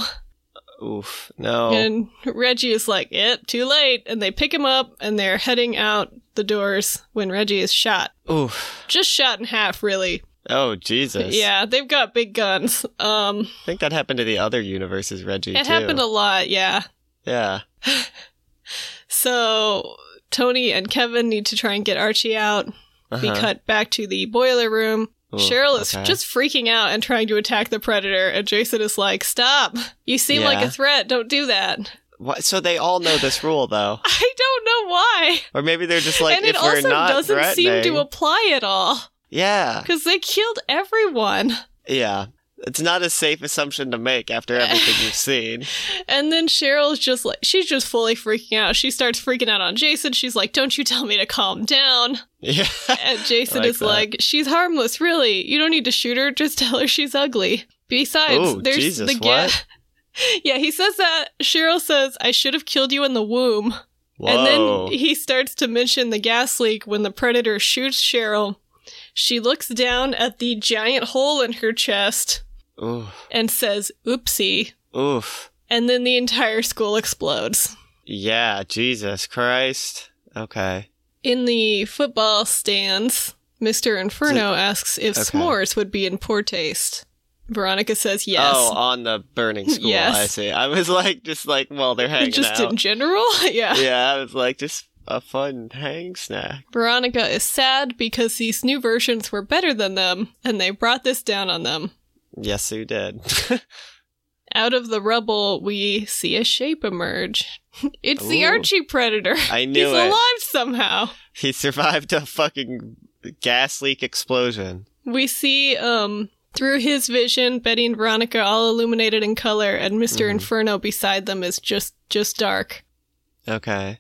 Speaker 1: Oof. No.
Speaker 2: And Reggie is like, Yep, too late. And they pick him up and they're heading out the doors when Reggie is shot.
Speaker 1: Oof.
Speaker 2: Just shot in half, really.
Speaker 1: Oh Jesus.
Speaker 2: (laughs) Yeah, they've got big guns. Um,
Speaker 1: I think that happened to the other universes, Reggie.
Speaker 2: it
Speaker 1: too.
Speaker 2: happened a lot, yeah.
Speaker 1: Yeah.
Speaker 2: So Tony and Kevin need to try and get Archie out.
Speaker 1: Uh-huh.
Speaker 2: We cut back to the boiler room.
Speaker 1: Ooh,
Speaker 2: Cheryl is
Speaker 1: okay.
Speaker 2: just freaking out and trying to attack the predator, and Jason is like, Stop! You seem like
Speaker 1: Yeah.
Speaker 2: a threat. Don't do that. (laughs)
Speaker 1: What? So they all know this rule, though,
Speaker 2: I don't know why.
Speaker 1: or maybe they're just like,
Speaker 2: and
Speaker 1: if
Speaker 2: it
Speaker 1: we're
Speaker 2: also
Speaker 1: not
Speaker 2: doesn't seem to
Speaker 1: threatening-
Speaker 2: apply at all
Speaker 1: yeah,
Speaker 2: because they killed everyone.
Speaker 1: yeah. It's not a safe assumption to make after everything
Speaker 2: (laughs)
Speaker 1: you've seen. (laughs)
Speaker 2: And then Cheryl's just like, she's just fully freaking out. She starts freaking out on Jason. She's like, Don't you tell me to calm down.
Speaker 1: Yeah. (laughs)
Speaker 2: And Jason
Speaker 1: like
Speaker 2: is
Speaker 1: that.
Speaker 2: like, She's harmless, really. You don't need to shoot her. Just tell her she's ugly. Besides,
Speaker 1: Ooh,
Speaker 2: there's
Speaker 1: Oh, Jesus,
Speaker 2: the
Speaker 1: what?
Speaker 2: gift. (laughs) Yeah, he says that. Cheryl says, I should have killed you in the womb.
Speaker 1: Whoa.
Speaker 2: And then he starts to mention the gas leak when the predator shoots Cheryl. She looks down at the giant hole in her chest
Speaker 1: Oof.
Speaker 2: and says, oopsie.
Speaker 1: Oof.
Speaker 2: And then the entire school explodes.
Speaker 1: Yeah. Jesus Christ. Okay.
Speaker 2: In the football stands, Mr. Inferno asks if
Speaker 1: okay.
Speaker 2: s'mores would be in poor taste. Veronica says yes.
Speaker 1: Oh, on the burning school.
Speaker 2: Yes.
Speaker 1: I see. I was like, just like, well,
Speaker 2: (laughs)
Speaker 1: they're hanging
Speaker 2: Just
Speaker 1: out.
Speaker 2: in general? (laughs) yeah.
Speaker 1: yeah, I was like, just a fun hang snack.
Speaker 2: Veronica is sad because these new versions were better than them, and they brought this down on them.
Speaker 1: Yes, you did. (laughs)
Speaker 2: Out of the rubble, we see a shape emerge. (laughs) It's the
Speaker 1: Ooh.
Speaker 2: Archie Predator. (laughs)
Speaker 1: I knew
Speaker 2: He's
Speaker 1: it.
Speaker 2: alive somehow.
Speaker 1: He survived a fucking gas leak explosion.
Speaker 2: We see um through his vision, Betty and Veronica all illuminated in color, and mister
Speaker 1: Mhm.
Speaker 2: Inferno beside them is just just dark.
Speaker 1: Okay.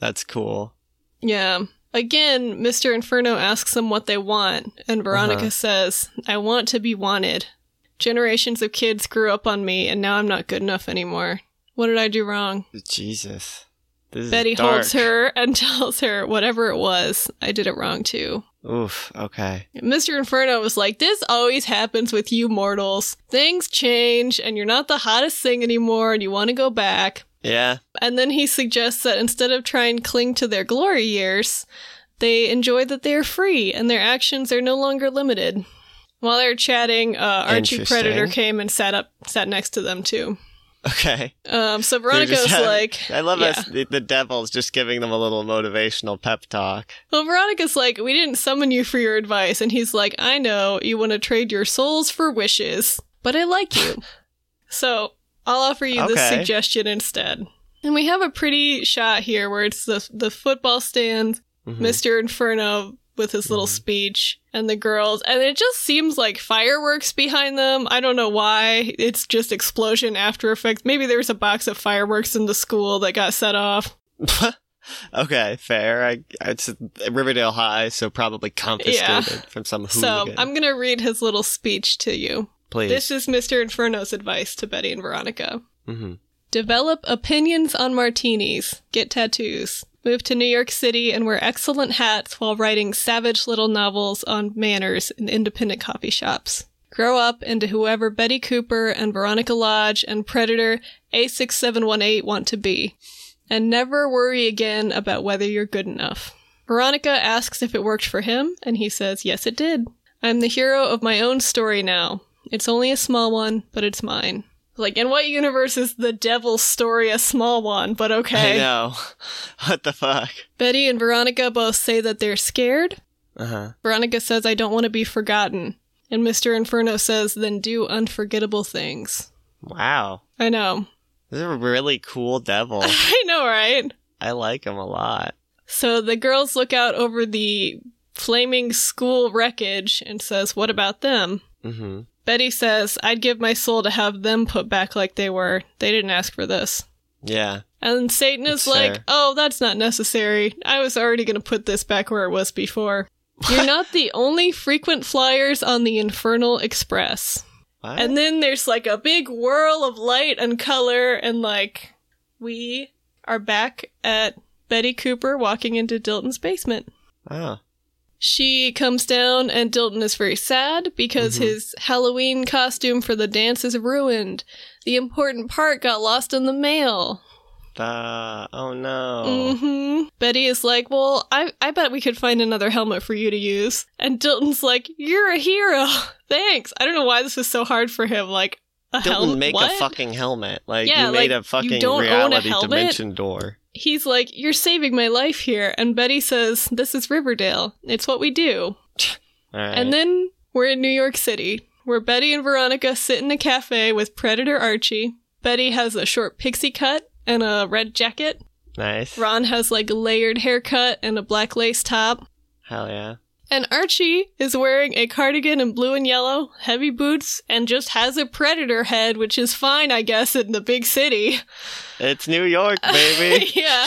Speaker 1: That's cool.
Speaker 2: Yeah. Again, Mr. Inferno asks them what they want, and Veronica
Speaker 1: Uh-huh.
Speaker 2: says, I want to be wanted. Generations of kids grew up on me, and now I'm not good enough anymore. What did I do wrong?
Speaker 1: Jesus. This is
Speaker 2: Betty
Speaker 1: dark.
Speaker 2: (laughs) holds her and tells her whatever it was, I did it wrong too.
Speaker 1: Oof. Okay.
Speaker 2: Mr. Inferno was like, This always happens with you mortals. Things change, and you're not the hottest thing anymore, and you want to go back.
Speaker 1: Yeah. (laughs)
Speaker 2: And then he suggests that instead of trying to cling to their glory years, they enjoy that they are free and their actions are no longer limited. While they were chatting, uh, Archie
Speaker 1: Interesting.
Speaker 2: Predator came and sat up, sat next to them too.
Speaker 1: Okay.
Speaker 2: Um, so
Speaker 1: They're just
Speaker 2: Veronica's
Speaker 1: having-
Speaker 2: like,
Speaker 1: I love
Speaker 2: yeah.
Speaker 1: us. The, the devil's just giving them a little motivational pep talk.
Speaker 2: Well, Veronica's like, we didn't summon you for your advice. And he's like, I know, you want to trade your souls for wishes, but I like you. so I'll offer you this
Speaker 1: Okay.
Speaker 2: suggestion instead. And we have a pretty shot here where it's the, the football stand,
Speaker 1: Mhm.
Speaker 2: Mr. Inferno with his little
Speaker 1: Mhm.
Speaker 2: speech, and the girls. And it just seems like fireworks behind them. I don't know why. It's just explosion after effects. Maybe there was a box of fireworks in the school that got set off.
Speaker 1: okay. Fair. I, it's Riverdale High, so probably confiscated from some
Speaker 2: So
Speaker 1: hooligan.
Speaker 2: I'm going to read his little speech to you.
Speaker 1: Please.
Speaker 2: This is Mr. Inferno's advice to Betty and Veronica.
Speaker 1: Mhm.
Speaker 2: Develop opinions on martinis. Get tattoos. Move to New York City and wear excellent hats while writing savage little novels on manners in independent coffee shops. Grow up into whoever Betty Cooper and Veronica Lodge and Predator A6718 want to be. And never worry again about whether you're good enough. Veronica asks if it worked for him, and he says, Yes, it did. I'm the hero of my own story now. It's only a small one, but it's mine. Like, in what universe is the devil's story a small one? But
Speaker 1: I
Speaker 2: okay.
Speaker 1: know. (laughs) what the fuck?
Speaker 2: Betty and Veronica both say that they're scared.
Speaker 1: Uh huh.
Speaker 2: Veronica says, I don't want to be forgotten. And Mr. Inferno says, then do unforgettable things.
Speaker 1: Wow.
Speaker 2: I know. (laughs)
Speaker 1: This is a really cool devil.
Speaker 2: I know, right?
Speaker 1: I like him a lot.
Speaker 2: So the girls look out over the flaming school wreckage and says, What about them?
Speaker 1: hmm
Speaker 2: Betty says, I'd give my soul to have them put back like they were. They didn't ask for this.
Speaker 1: Yeah.
Speaker 2: And Satan is
Speaker 1: That's
Speaker 2: like,
Speaker 1: fair.
Speaker 2: Oh, that's not necessary. I was already going to put this back where it
Speaker 1: (laughs)
Speaker 2: was before. You're not the only frequent flyers on the Infernal Express.
Speaker 1: What?
Speaker 2: And then there's like a big whirl of light and color, and like we are back at Betty Cooper walking into Dilton's basement.
Speaker 1: oh.
Speaker 2: She comes down, and Dilton is very sad because
Speaker 1: Mhm.
Speaker 2: his Halloween costume for the dance is ruined. The important part got lost in the mail.
Speaker 1: The, oh no.
Speaker 2: hmm Betty is like, Well, I, I bet we could find another helmet for you to use. And Dilton's like, You're a hero. (laughs) Thanks. I don't know why this was so hard for him. Like, a
Speaker 1: Didn't
Speaker 2: helmet.
Speaker 1: make
Speaker 2: what?
Speaker 1: a fucking helmet. Like
Speaker 2: Yeah,
Speaker 1: you made
Speaker 2: like,
Speaker 1: a fucking
Speaker 2: don't own a
Speaker 1: reality
Speaker 2: helmet?
Speaker 1: dimension door.
Speaker 2: He's like, You're saving my life here. And Betty says, This is Riverdale. It's what we do.
Speaker 1: All right.
Speaker 2: And then we're in New York City, where Betty and Veronica sit in a cafe with Predator Archie. Betty has a short pixie cut and a red jacket.
Speaker 1: nice.
Speaker 2: Ron has like a layered haircut and a black lace top.
Speaker 1: Hell yeah.
Speaker 2: And Archie is wearing a cardigan in blue and yellow, heavy boots, and just has a predator head, which is fine, I guess, in the big city.
Speaker 1: It's New
Speaker 2: (laughs)
Speaker 1: York, baby.
Speaker 2: yeah.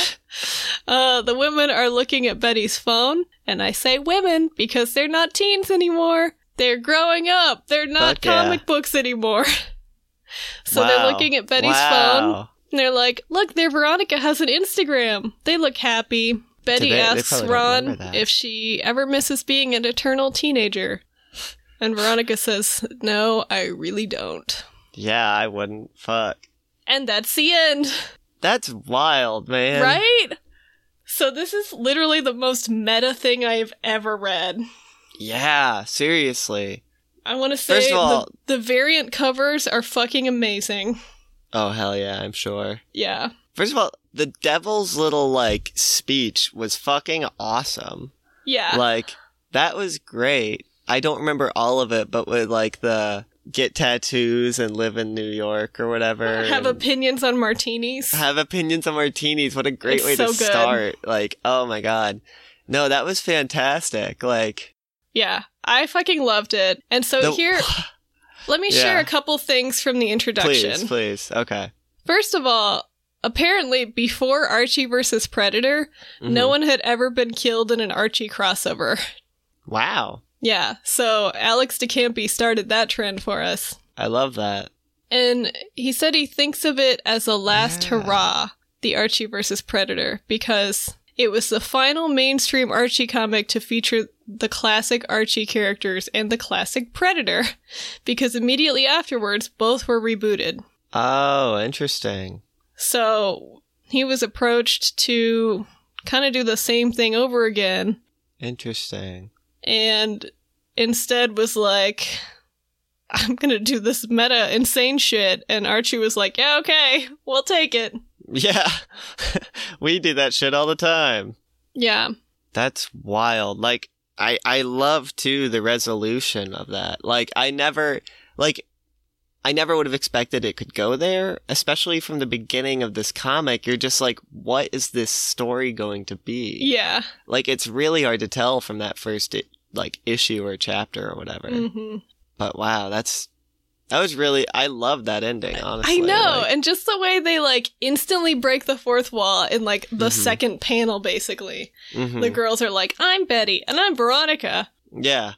Speaker 2: Uh, the women are looking at Betty's phone, and I say women because they're not teens anymore. They're growing up. They're not
Speaker 1: Fuck yeah.
Speaker 2: comic books anymore. (laughs) so they're
Speaker 1: Wow.
Speaker 2: looking at Betty's phone,
Speaker 1: Wow.
Speaker 2: and they're like, "Look, their Veronica has an Instagram." They look happy. Betty
Speaker 1: they- they
Speaker 2: asks
Speaker 1: probably don't
Speaker 2: Ron
Speaker 1: remember that.
Speaker 2: if she ever misses being an eternal teenager, and Veronica says, "No, I really don't."
Speaker 1: Yeah, I wouldn't. Fuck.
Speaker 2: And that's the end.
Speaker 1: That's wild, man.
Speaker 2: right? So this is literally the most meta thing I have ever read.
Speaker 1: Yeah, seriously.
Speaker 2: I want to
Speaker 1: First
Speaker 2: say
Speaker 1: of all-
Speaker 2: the, the variant covers are fucking amazing.
Speaker 1: Oh hell yeah, I'm sure.
Speaker 2: Yeah.
Speaker 1: First of all, the devil's little like speech was fucking awesome.
Speaker 2: (laughs) Yeah.
Speaker 1: like that was great. I don't remember all of it, but with like the get tattoos and live in New York or whatever.
Speaker 2: (laughs)
Speaker 1: and
Speaker 2: have opinions on martinis.
Speaker 1: have opinions on martinis. What a great
Speaker 2: It's
Speaker 1: way to
Speaker 2: so good.
Speaker 1: start. Like, oh my god. No, that was fantastic. Like
Speaker 2: yeah. I fucking loved it. And so
Speaker 1: the- (sighs)
Speaker 2: here let me
Speaker 1: Yeah.
Speaker 2: share a couple things from the introduction.
Speaker 1: please, please. Okay.
Speaker 2: First of all, apparently before Archie versus Predator, no
Speaker 1: Mhm.
Speaker 2: one had ever been killed in an Archie crossover. (laughs)
Speaker 1: Wow.
Speaker 2: Yeah. So Alex DeCampi started that trend for us.
Speaker 1: I love that.
Speaker 2: And he said he thinks of it as a last
Speaker 1: Yeah.
Speaker 2: hurrah, the Archie versus Predator, because It was the final mainstream Archie comic to feature the classic Archie characters and the classic Predator, (laughs) because immediately afterwards, both were rebooted.
Speaker 1: Oh, interesting.
Speaker 2: So he was approached to kind of do the same thing over again,
Speaker 1: Interesting. (laughs)
Speaker 2: and instead was like, I'm going to do this meta insane shit. And Archie was like, Yeah, okay, we'll take it.
Speaker 1: Yeah. we do that shit all the time.
Speaker 2: Yeah.
Speaker 1: That's wild. Like I I love too the resolution of that. Like I never like I never would have expected it could go there, especially from the beginning of this comic. You're just like, what is this story going to be?
Speaker 2: Yeah.
Speaker 1: Like it's really hard to tell from that first i- like issue or chapter or whatever.
Speaker 2: hmm
Speaker 1: But wow, that's that was really I love that ending, honestly.
Speaker 2: I know.
Speaker 1: Like,
Speaker 2: and just the way they like instantly break the fourth wall in like the
Speaker 1: Mhm.
Speaker 2: second panel, basically.
Speaker 1: mhm.
Speaker 2: The girls are like, I'm Betty and I'm Veronica.
Speaker 1: yeah.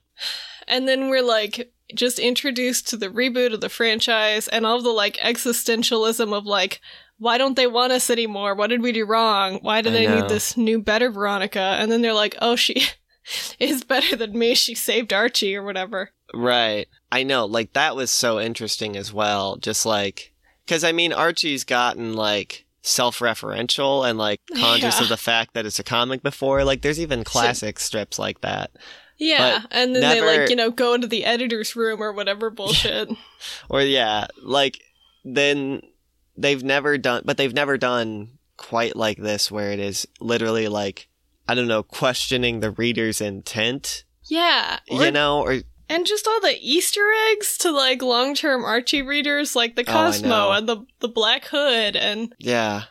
Speaker 2: And then we're like just introduced to the reboot of the franchise and all of the like existentialism of like, why don't they want us anymore? What did we do wrong? Why do
Speaker 1: I
Speaker 2: they
Speaker 1: know.
Speaker 2: need this new better Veronica? And then they're like, oh, she (laughs) is better than me. She saved Archie or whatever.
Speaker 1: Right. I know. Like, that was so interesting as well. Just like, because I mean, Archie's gotten like self referential and like conscious
Speaker 2: (laughs) Yeah.
Speaker 1: of the fact that it's a comic before. Like, there's even classic strips like that.
Speaker 2: Yeah. and then they
Speaker 1: never-
Speaker 2: like, you know, go into the editor's room or whatever
Speaker 1: (laughs)
Speaker 2: bullshit.
Speaker 1: Or, yeah, like, then they've never done, but they've never done quite like this where it is literally like, I don't know, questioning the reader's intent,
Speaker 2: Yeah. Or-
Speaker 1: you know, or
Speaker 2: And just all the Easter eggs to like long term Archie readers like the
Speaker 1: Oh, I
Speaker 2: Cosmo
Speaker 1: know.
Speaker 2: and the the Black Hood and (sighs)
Speaker 1: yeah.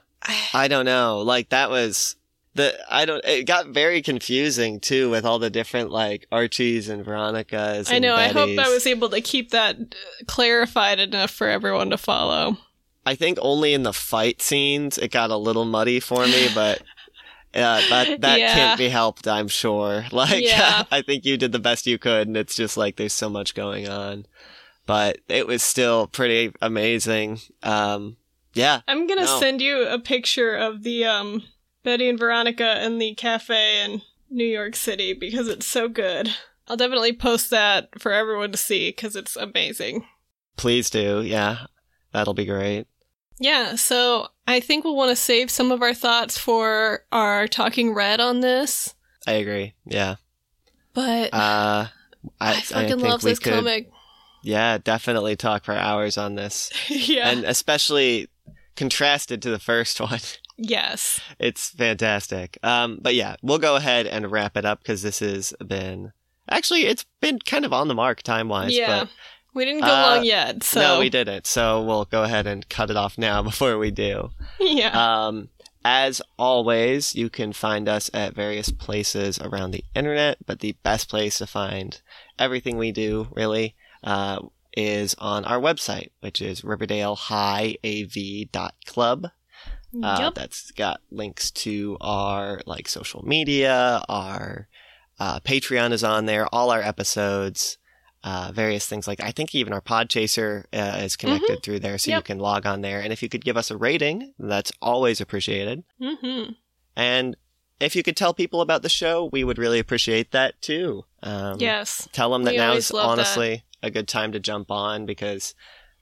Speaker 1: I don't know. Like that was the I don't. It got very confusing too with all the different like Archies and Veronicas.
Speaker 2: I
Speaker 1: and
Speaker 2: know, I hope
Speaker 1: Bettys.
Speaker 2: I was able to keep that uh, clarified enough for everyone to follow.
Speaker 1: I think only in the fight scenes it got a little muddy for me,
Speaker 2: (laughs)
Speaker 1: but. Uh, that that
Speaker 2: Yeah.
Speaker 1: can't be helped, I'm sure. (laughs) Like,
Speaker 2: Yeah.
Speaker 1: I think you did the best you could, and it's just like there's so much going on, but it was still pretty amazing. Um, yeah,
Speaker 2: I'm gonna
Speaker 1: No.
Speaker 2: send you a picture of the um Betty and Veronica in the cafe in New York City because it's so good. I'll definitely post that for everyone to see because it's amazing.
Speaker 1: please do. Yeah, that'll be great.
Speaker 2: Yeah, so I think we'll want to save some of our thoughts for our talking red on this.
Speaker 1: I agree. Yeah.
Speaker 2: But
Speaker 1: Uh, I,
Speaker 2: I fucking love
Speaker 1: we
Speaker 2: this
Speaker 1: could,
Speaker 2: comic. (laughs)
Speaker 1: Yeah, definitely talk for hours on this,
Speaker 2: yeah.
Speaker 1: and especially contrasted to the first (laughs) one.
Speaker 2: yes.
Speaker 1: It's fantastic. Um, but yeah, we'll go ahead and wrap it up because this has been actually it's been kind of on the mark time wise.
Speaker 2: yeah.
Speaker 1: But
Speaker 2: we didn't go
Speaker 1: uh,
Speaker 2: long yet, so
Speaker 1: No,
Speaker 2: (laughs)
Speaker 1: we didn't. So we'll go ahead and cut it off now (laughs) before we do.
Speaker 2: yeah.
Speaker 1: Um, as always, you can find us at various places around the internet, but the best place to find everything we do, really, uh, is on our website, which is riverdalehighav.club. Uh,
Speaker 2: yep.
Speaker 1: That's got links to our like social media, our uh, Patreon is on there, all our episodes, uh, various things like I think even our Podchaser uh, is connected through there, so you
Speaker 2: Yep.
Speaker 1: can log on there. And if you could give us a rating, that's always appreciated.
Speaker 2: Mm-hmm.
Speaker 1: And if you could tell people about the show, we would really appreciate that too. Um,
Speaker 2: yes.
Speaker 1: tell them that
Speaker 2: We
Speaker 1: now
Speaker 2: always
Speaker 1: is
Speaker 2: love that.
Speaker 1: honestly a good time to jump on because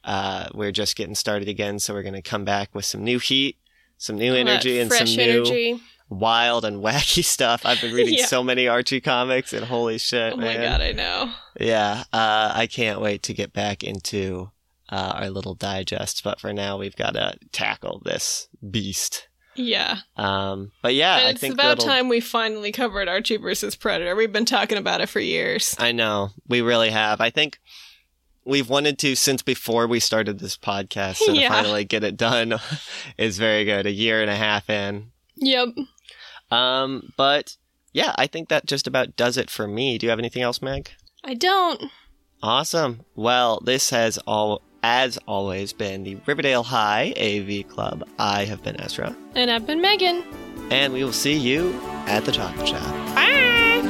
Speaker 1: uh, we're just getting started again. So we're going to come back with some new heat, some new
Speaker 2: All that
Speaker 1: energy, and some
Speaker 2: fresh
Speaker 1: new
Speaker 2: energy.
Speaker 1: wild and wacky (laughs) stuff. I've been reading
Speaker 2: (laughs) Yeah.
Speaker 1: so many Archie comics, and holy shit,
Speaker 2: Oh my
Speaker 1: man!
Speaker 2: god, I know.
Speaker 1: Yeah, uh, I can't wait to get back into uh, our little digest. But for now, we've got to tackle this beast.
Speaker 2: Yeah.
Speaker 1: Um, but yeah,
Speaker 2: and
Speaker 1: I
Speaker 2: it's
Speaker 1: think
Speaker 2: about
Speaker 1: that'll-
Speaker 2: time we finally covered Archie versus Predator. We've been talking about it for years.
Speaker 1: I know. We really have. I think we've wanted to since before we started this podcast. So
Speaker 2: Yeah.
Speaker 1: to finally get it done (laughs) is very good. A year and a half in.
Speaker 2: Yep.
Speaker 1: Um, but yeah, I think that just about does it for me. Do you have anything else, Meg?
Speaker 2: I don't.
Speaker 1: Awesome. Well, this has all as always been the Riverdale High AV Club. I have been Ezra,
Speaker 2: And I've been Megan.
Speaker 1: and we will see you at the chocolate shop.
Speaker 2: Bye.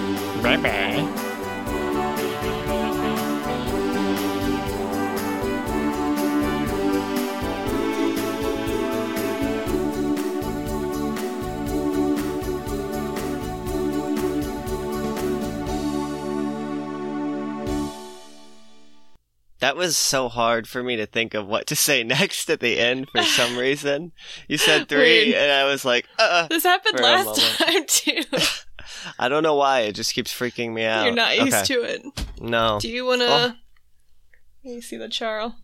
Speaker 1: Bye bye. That was so hard for me to think of what to say (laughs) next at the end for some reason. You said three,
Speaker 2: Weird.
Speaker 1: and I was like, uh,
Speaker 2: This happened
Speaker 1: For a
Speaker 2: last (laughs)
Speaker 1: moment.
Speaker 2: time too.
Speaker 1: (laughs) I don't know why. It just keeps freaking me out.
Speaker 2: You're not used to it.
Speaker 1: to. No.
Speaker 2: Do you wanna?
Speaker 1: Oh.
Speaker 2: Let me see the Charl.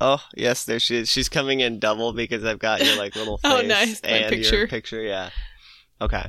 Speaker 1: Oh yes, there she is.
Speaker 2: (laughs)
Speaker 1: She's coming in double because I've got your like little face
Speaker 2: Oh, nice. My
Speaker 1: and your
Speaker 2: picture.
Speaker 1: picture. Yeah. Okay.